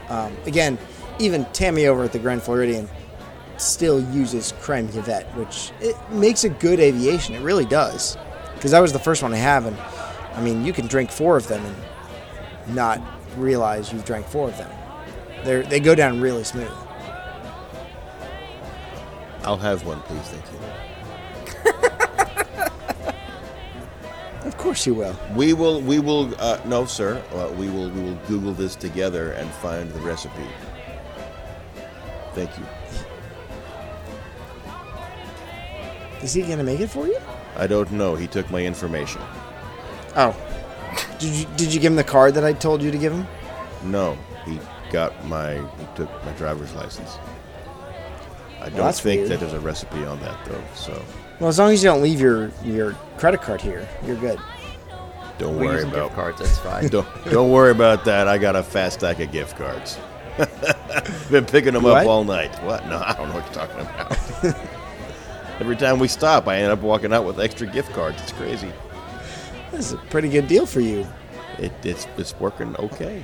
Um, again, even Tammy over at the Grand Floridian still uses creme yvette, which it makes a good aviation. It really does, because that was the first one I have, and I mean you can drink four of them and not realize you've drank four of them. They they go down really smooth. I'll have one, please. Thank you. Of course you will. We will. We will. Uh, no, sir. Uh, we will. We will Google this together and find the recipe. Thank you. Is he gonna make it for you? I don't know. He took my information. Oh, did you did you give him the card that I told you to give him? No, he got my. He took my driver's license. I don't that's think weird. that there's a recipe on that though. So Well, as long as you don't leave your your credit card here, you're good. don't We're worry using about. gift cards. That's fine. Don't don't worry about that. I got a fast stack of gift cards. Been picking them What? up all night. What? No, I don't know what you're talking about. Every time we stop, I end up walking out with extra gift cards. It's crazy. This is a pretty good deal for you. It, it's it's working okay.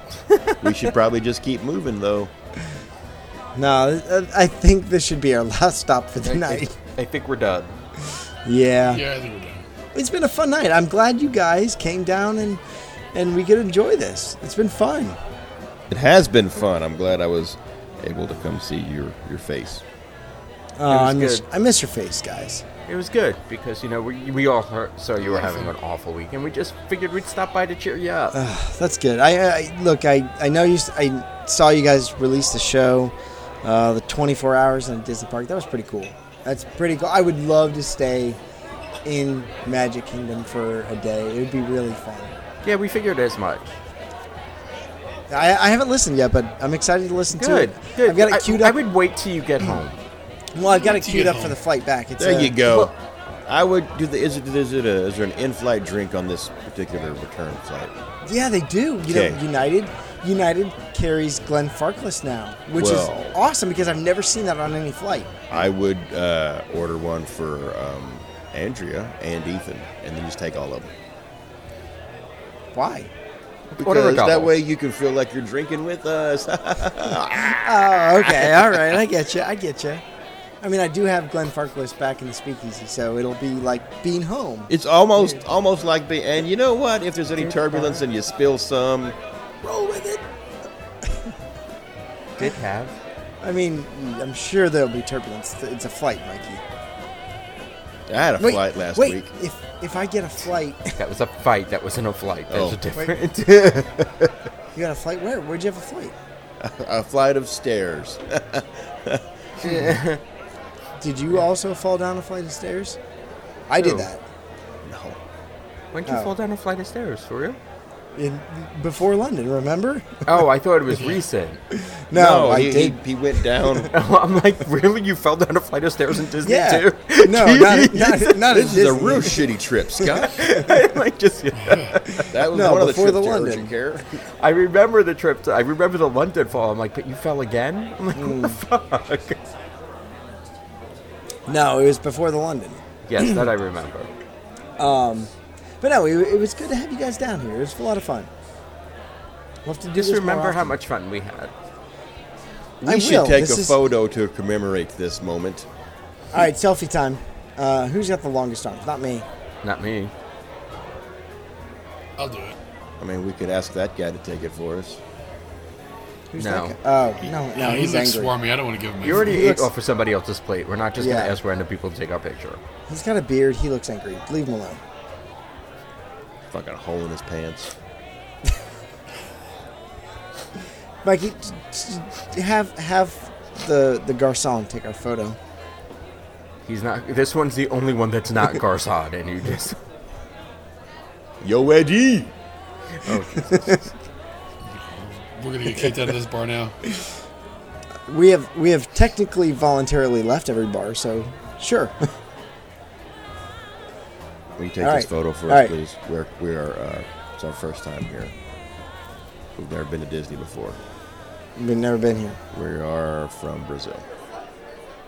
we should probably just keep moving though. No, uh, I think this should be our last stop for the I- I- night. I think we're done. Yeah. Yeah, I think we're done. it's been a fun night. I'm glad you guys came down and and we could enjoy this. It's been fun. It has been fun. I'm glad I was able to come see your your face. Oh, I was miss good. I miss your face, guys. It was good because you know we, we all heard, saw you were having an awful week, and we just figured we'd stop by to cheer you up. That's good. I, I look. I, I know you. s- I saw you guys release the show, uh, the 24 hours on Disney Park. That was pretty cool. That's pretty cool. I would love to stay in Magic Kingdom for a day. It would be really fun. yeah, we figured as much. I, I haven't listened yet, but I'm excited to listen Good. to it. good. I've got it queued I, up. Mm. I would wait till you get home. well, I've got it to queued get up for home. the flight back. It's There uh, you go. well- I would do the is it is it a, is there an in-flight drink on this particular return flight? uh, Yeah, they do. You Okay. know, United United carries Glenn Farkless now, which Well. is awesome because I've never seen that on any flight. I would uh, order one for um, Andrea and Ethan, and then just take all of them. Why? Order a Because that double. way you can feel like you're drinking with us. Oh, okay, all right, I get you. I get you. I mean, I do have Glenn Farkless back in the speakeasy, so it'll be like being home. it's almost almost like being. And you know what? If there's any turbulence and you spill some, Roll with it. Did have. I mean, I'm sure there'll be turbulence. It's a flight, Mikey. I had a flight last wait. week. If if I get a flight, That was a fight. That wasn't a flight. There's Oh. a difference. you got a flight where? Where'd you have a flight? A flight of stairs. Did you also fall down a flight of stairs? I did Who? that. no. When'd you Oh. fall down a flight of stairs? For real? in before London. Remember? Oh, I thought it was recent. No, I he, he- did. He, went down. Oh, I'm like, really? You fell down a flight of stairs in Disney yeah. too? No, not, not, not this at is a Disney. real shitty trip, Scott. like just. That was No, one of the before trips the to London. urgent care. I remember the trip. To, I remember the London fall. I'm like, but you fell again. I'm like, what the fuck? No, it was before the London. yes, that I remember. But no, it, it was good to have you guys down here. It was a lot of fun. We'll have to do Just this more remember how often. much fun we had. We I should will. take This a is- photo to commemorate this moment. All right, selfie time. Uh, who's got the longest arms? Not me. Not me. I'll do it. I mean, we could ask that guy to take it for us. Who's No. That guy? Oh no, no, he he's looks angry. swarmy. I don't want to give him. my You already He ate looks- off of somebody else's plate. We're not just Yeah. gonna ask random people to take our picture. He's got a beard. He looks angry. Leave him alone. Fucking hole in his pants. Mikey, t- t- t- have have the the garçon take our photo. He's not. This one's the only one that's not Garzad, and you just. Yo, Eddie! We're gonna get kicked out of this bar now. We have we have technically voluntarily left every bar, so sure. Will you take All this right. photo for All us, right. please? We're, we are, uh, it's our first time here. We've never been to Disney before. We've never been here. We are from Brazil.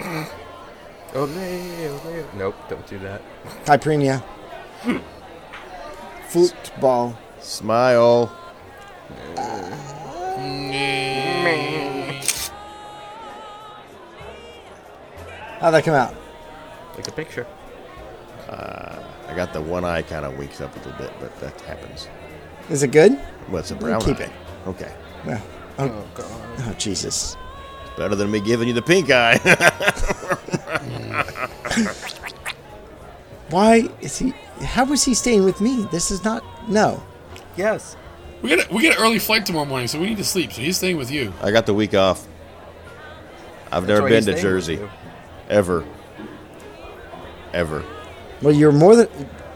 Oh no! Nope, don't do that. Hypernia. Hmm. Football. Smile. How'd that come out? Like a picture. I got the one eye kind of winks up a little bit, but that happens. Is it good? Well, it's a brown Keep eye. it. Okay. No. Oh, God. Oh, Jesus. Better than me giving you the pink eye. Why is he. How was he staying with me? This is not. No. Yes. We got a, we got an early flight tomorrow morning, so we need to sleep. So he's staying with you. I got the week off. I've That's never why been he's to staying with Jersey. you. Ever. Ever. Well, you're more than.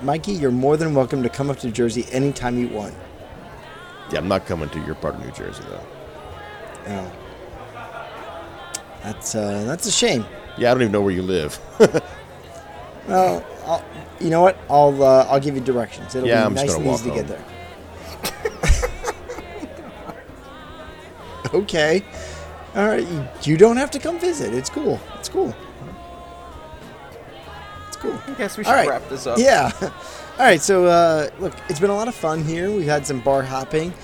Mikey, you're more than welcome to come up to Jersey anytime you want. Yeah, I'm not coming to your part of New Jersey, though. Oh. That's, uh, that's a shame. Yeah, I don't even know where you live. Well, I'll, you know what? I'll uh, I'll give you directions. It'll Yeah, be I'm just nice gonna and walk easy to get home. there. okay. All right. You, you don't have to come visit. It's cool. It's cool. It's cool. I guess we should All right. wrap this up. Yeah. All right. So uh, look, it's been a lot of fun here. We've had some bar hopping.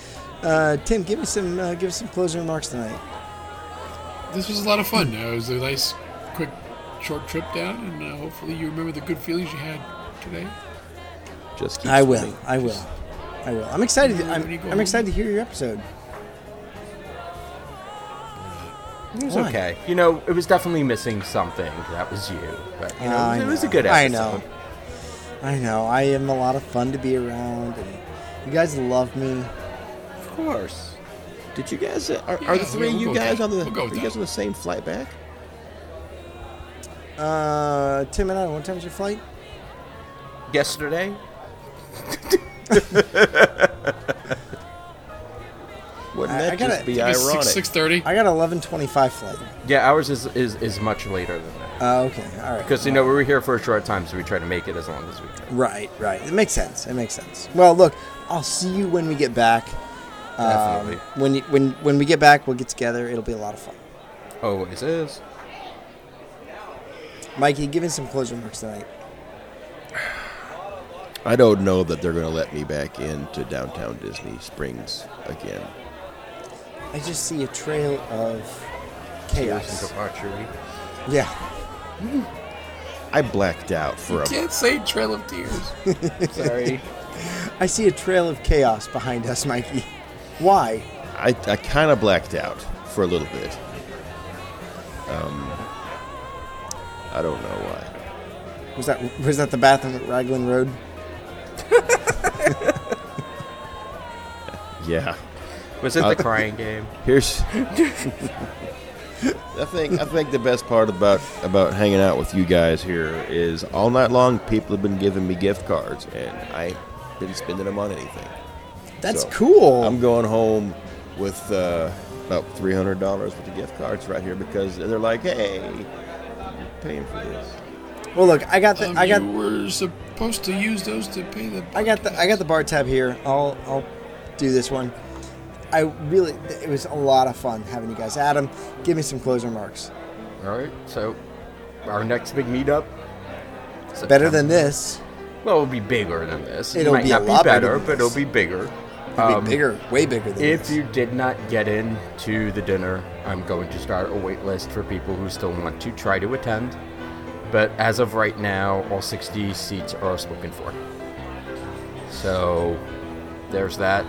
Uh, Tim, give us some uh, give us some closing remarks tonight. This was a lot of fun. Uh, It was a nice, quick, short trip down, and uh, hopefully you remember the good feelings you had today. Just keep I will. swimming. I will. I will. I'm excited. When you I'm, go I'm home. excited to hear your episode. It was Why? okay. You know, it was definitely missing something. That was you. But, you know, I it was a know. good episode. I know. I know. I am a lot of fun to be around, and you guys love me. Of course. Did you guys? uh, Are, are the Yeah, three of we'll you go with guys that. on the? We'll go with are you that. guys on the same flight back? Uh, Tim and I. What time's your flight? Yesterday? What Wouldn't I- that I gotta- just be Give It's ironic? six six thirty. I got eleven twenty-five flight. Yeah, ours is, is, is much later than that. Uh, okay, all right. Because, you know, we were here for a short time, so we try to make it as long as we can. Right, right. It makes sense. It makes sense. Well, look, I'll see you when we get back. Um, Definitely. When you, when when we get back, we'll get together. It'll be a lot of fun. Always Oh, is. Mikey, give us some closing remarks tonight. I don't know that they're going to let me back into downtown Disney Springs again. I just see a trail of Years chaos. of debauchery. Yeah. I blacked out for a Can't say Trail of Tears. Sorry. I see a trail of chaos behind us, Mikey. Why? I, I kind of blacked out for a little bit. Um, I don't know why. Was that was that the bathroom at Raglan Road? Yeah, Was it Uh, the crying game? here's. I think I think the best part about about hanging out with you guys here is all night long people have been giving me gift cards and I didn't spending them on anything. That's So, cool. I'm going home with uh, about three hundred dollars worth of gift cards right here because they're like, hey, you're paying for this. well, look, I got the Um, I got you were supposed to use those to pay the. I got the I got the bar tab here. I'll I'll do this one. I really it was a lot of fun having you guys. Adam, give me some closing remarks. All right, so our next big meetup. Better than this. Well, it'll be bigger than this. It'll it might be a not lot be better, better than but this. it'll be bigger. It'll be Um, bigger, way bigger than If this. you did not get in to the dinner, I'm going to start a wait list for people who still want to try to attend. But as of right now, all 60 seats are spoken for. So there's that.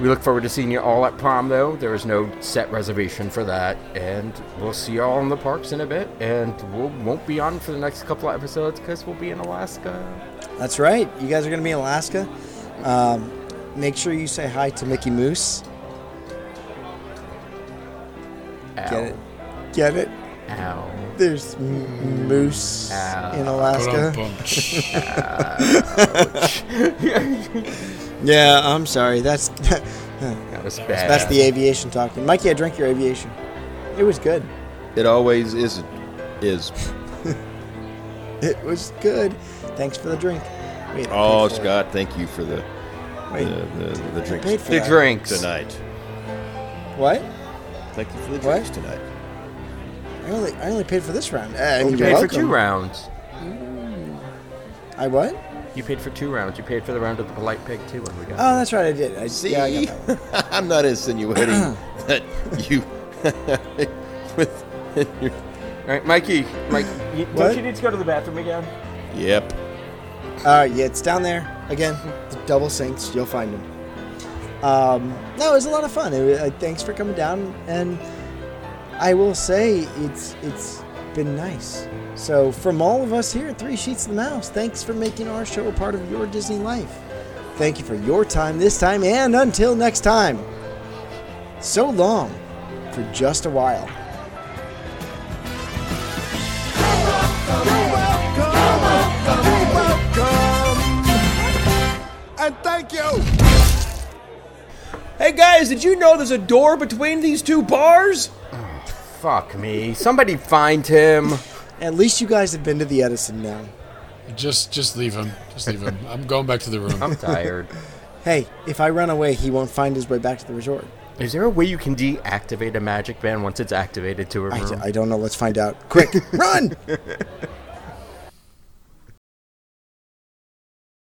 We look forward to seeing you all at prom, though. There is no set reservation for that. And we'll see you all in the parks in a bit. And we will won't be on for the next couple of episodes because we'll be in Alaska. That's right. You guys are gonna be in Alaska. Um, make sure you say hi to Mickey Moose. Ow. Get it? Get it? Ow. There's m- moose Ow. in Alaska. Ba-dum-bum. Yeah, I'm sorry. That's That was bad. that's the aviation talking. Mikey, I drank your aviation. It was good. It always isn't is. It was good. Thanks for the drink. Wait, I Oh, paid for it. Scott, thank you for the the, Wait, the, the I paid drinks for the that. drinks. tonight. What? Thank you for the What? drinks tonight. I only I only paid for this round. Uh, Oh, You you're paid welcome. for two rounds. I what? You paid for two rounds. You paid for the round of the polite pig too when we got. Oh, that's right. I did. I See, Yeah, I got that one. I'm not insinuating that you with your, All right, Mikey. Mike, you, What? don't you need to go to the bathroom again? yep. Uh, yeah, it's down there again. The double sinks. You'll find them. Um, no, it was a lot of fun. It was, uh, thanks for coming down, and I will say it's it's been nice. So from all of us here at Three Sheets of the Mouse, thanks for making our show a part of your Disney life. Thank you for your time this time, and until next time. So long, for just a while. Hey guys, did you know there's a door between these two bars? Fuck me. Somebody find him. At least you guys have been to the Edison now. Just just leave him. Just leave him. I'm going back to the room. I'm tired. Hey, if I run away, he won't find his way back to the resort. Is there a way you can deactivate a magic band once it's activated to a I, room? I don't know. Let's find out. Quick, run!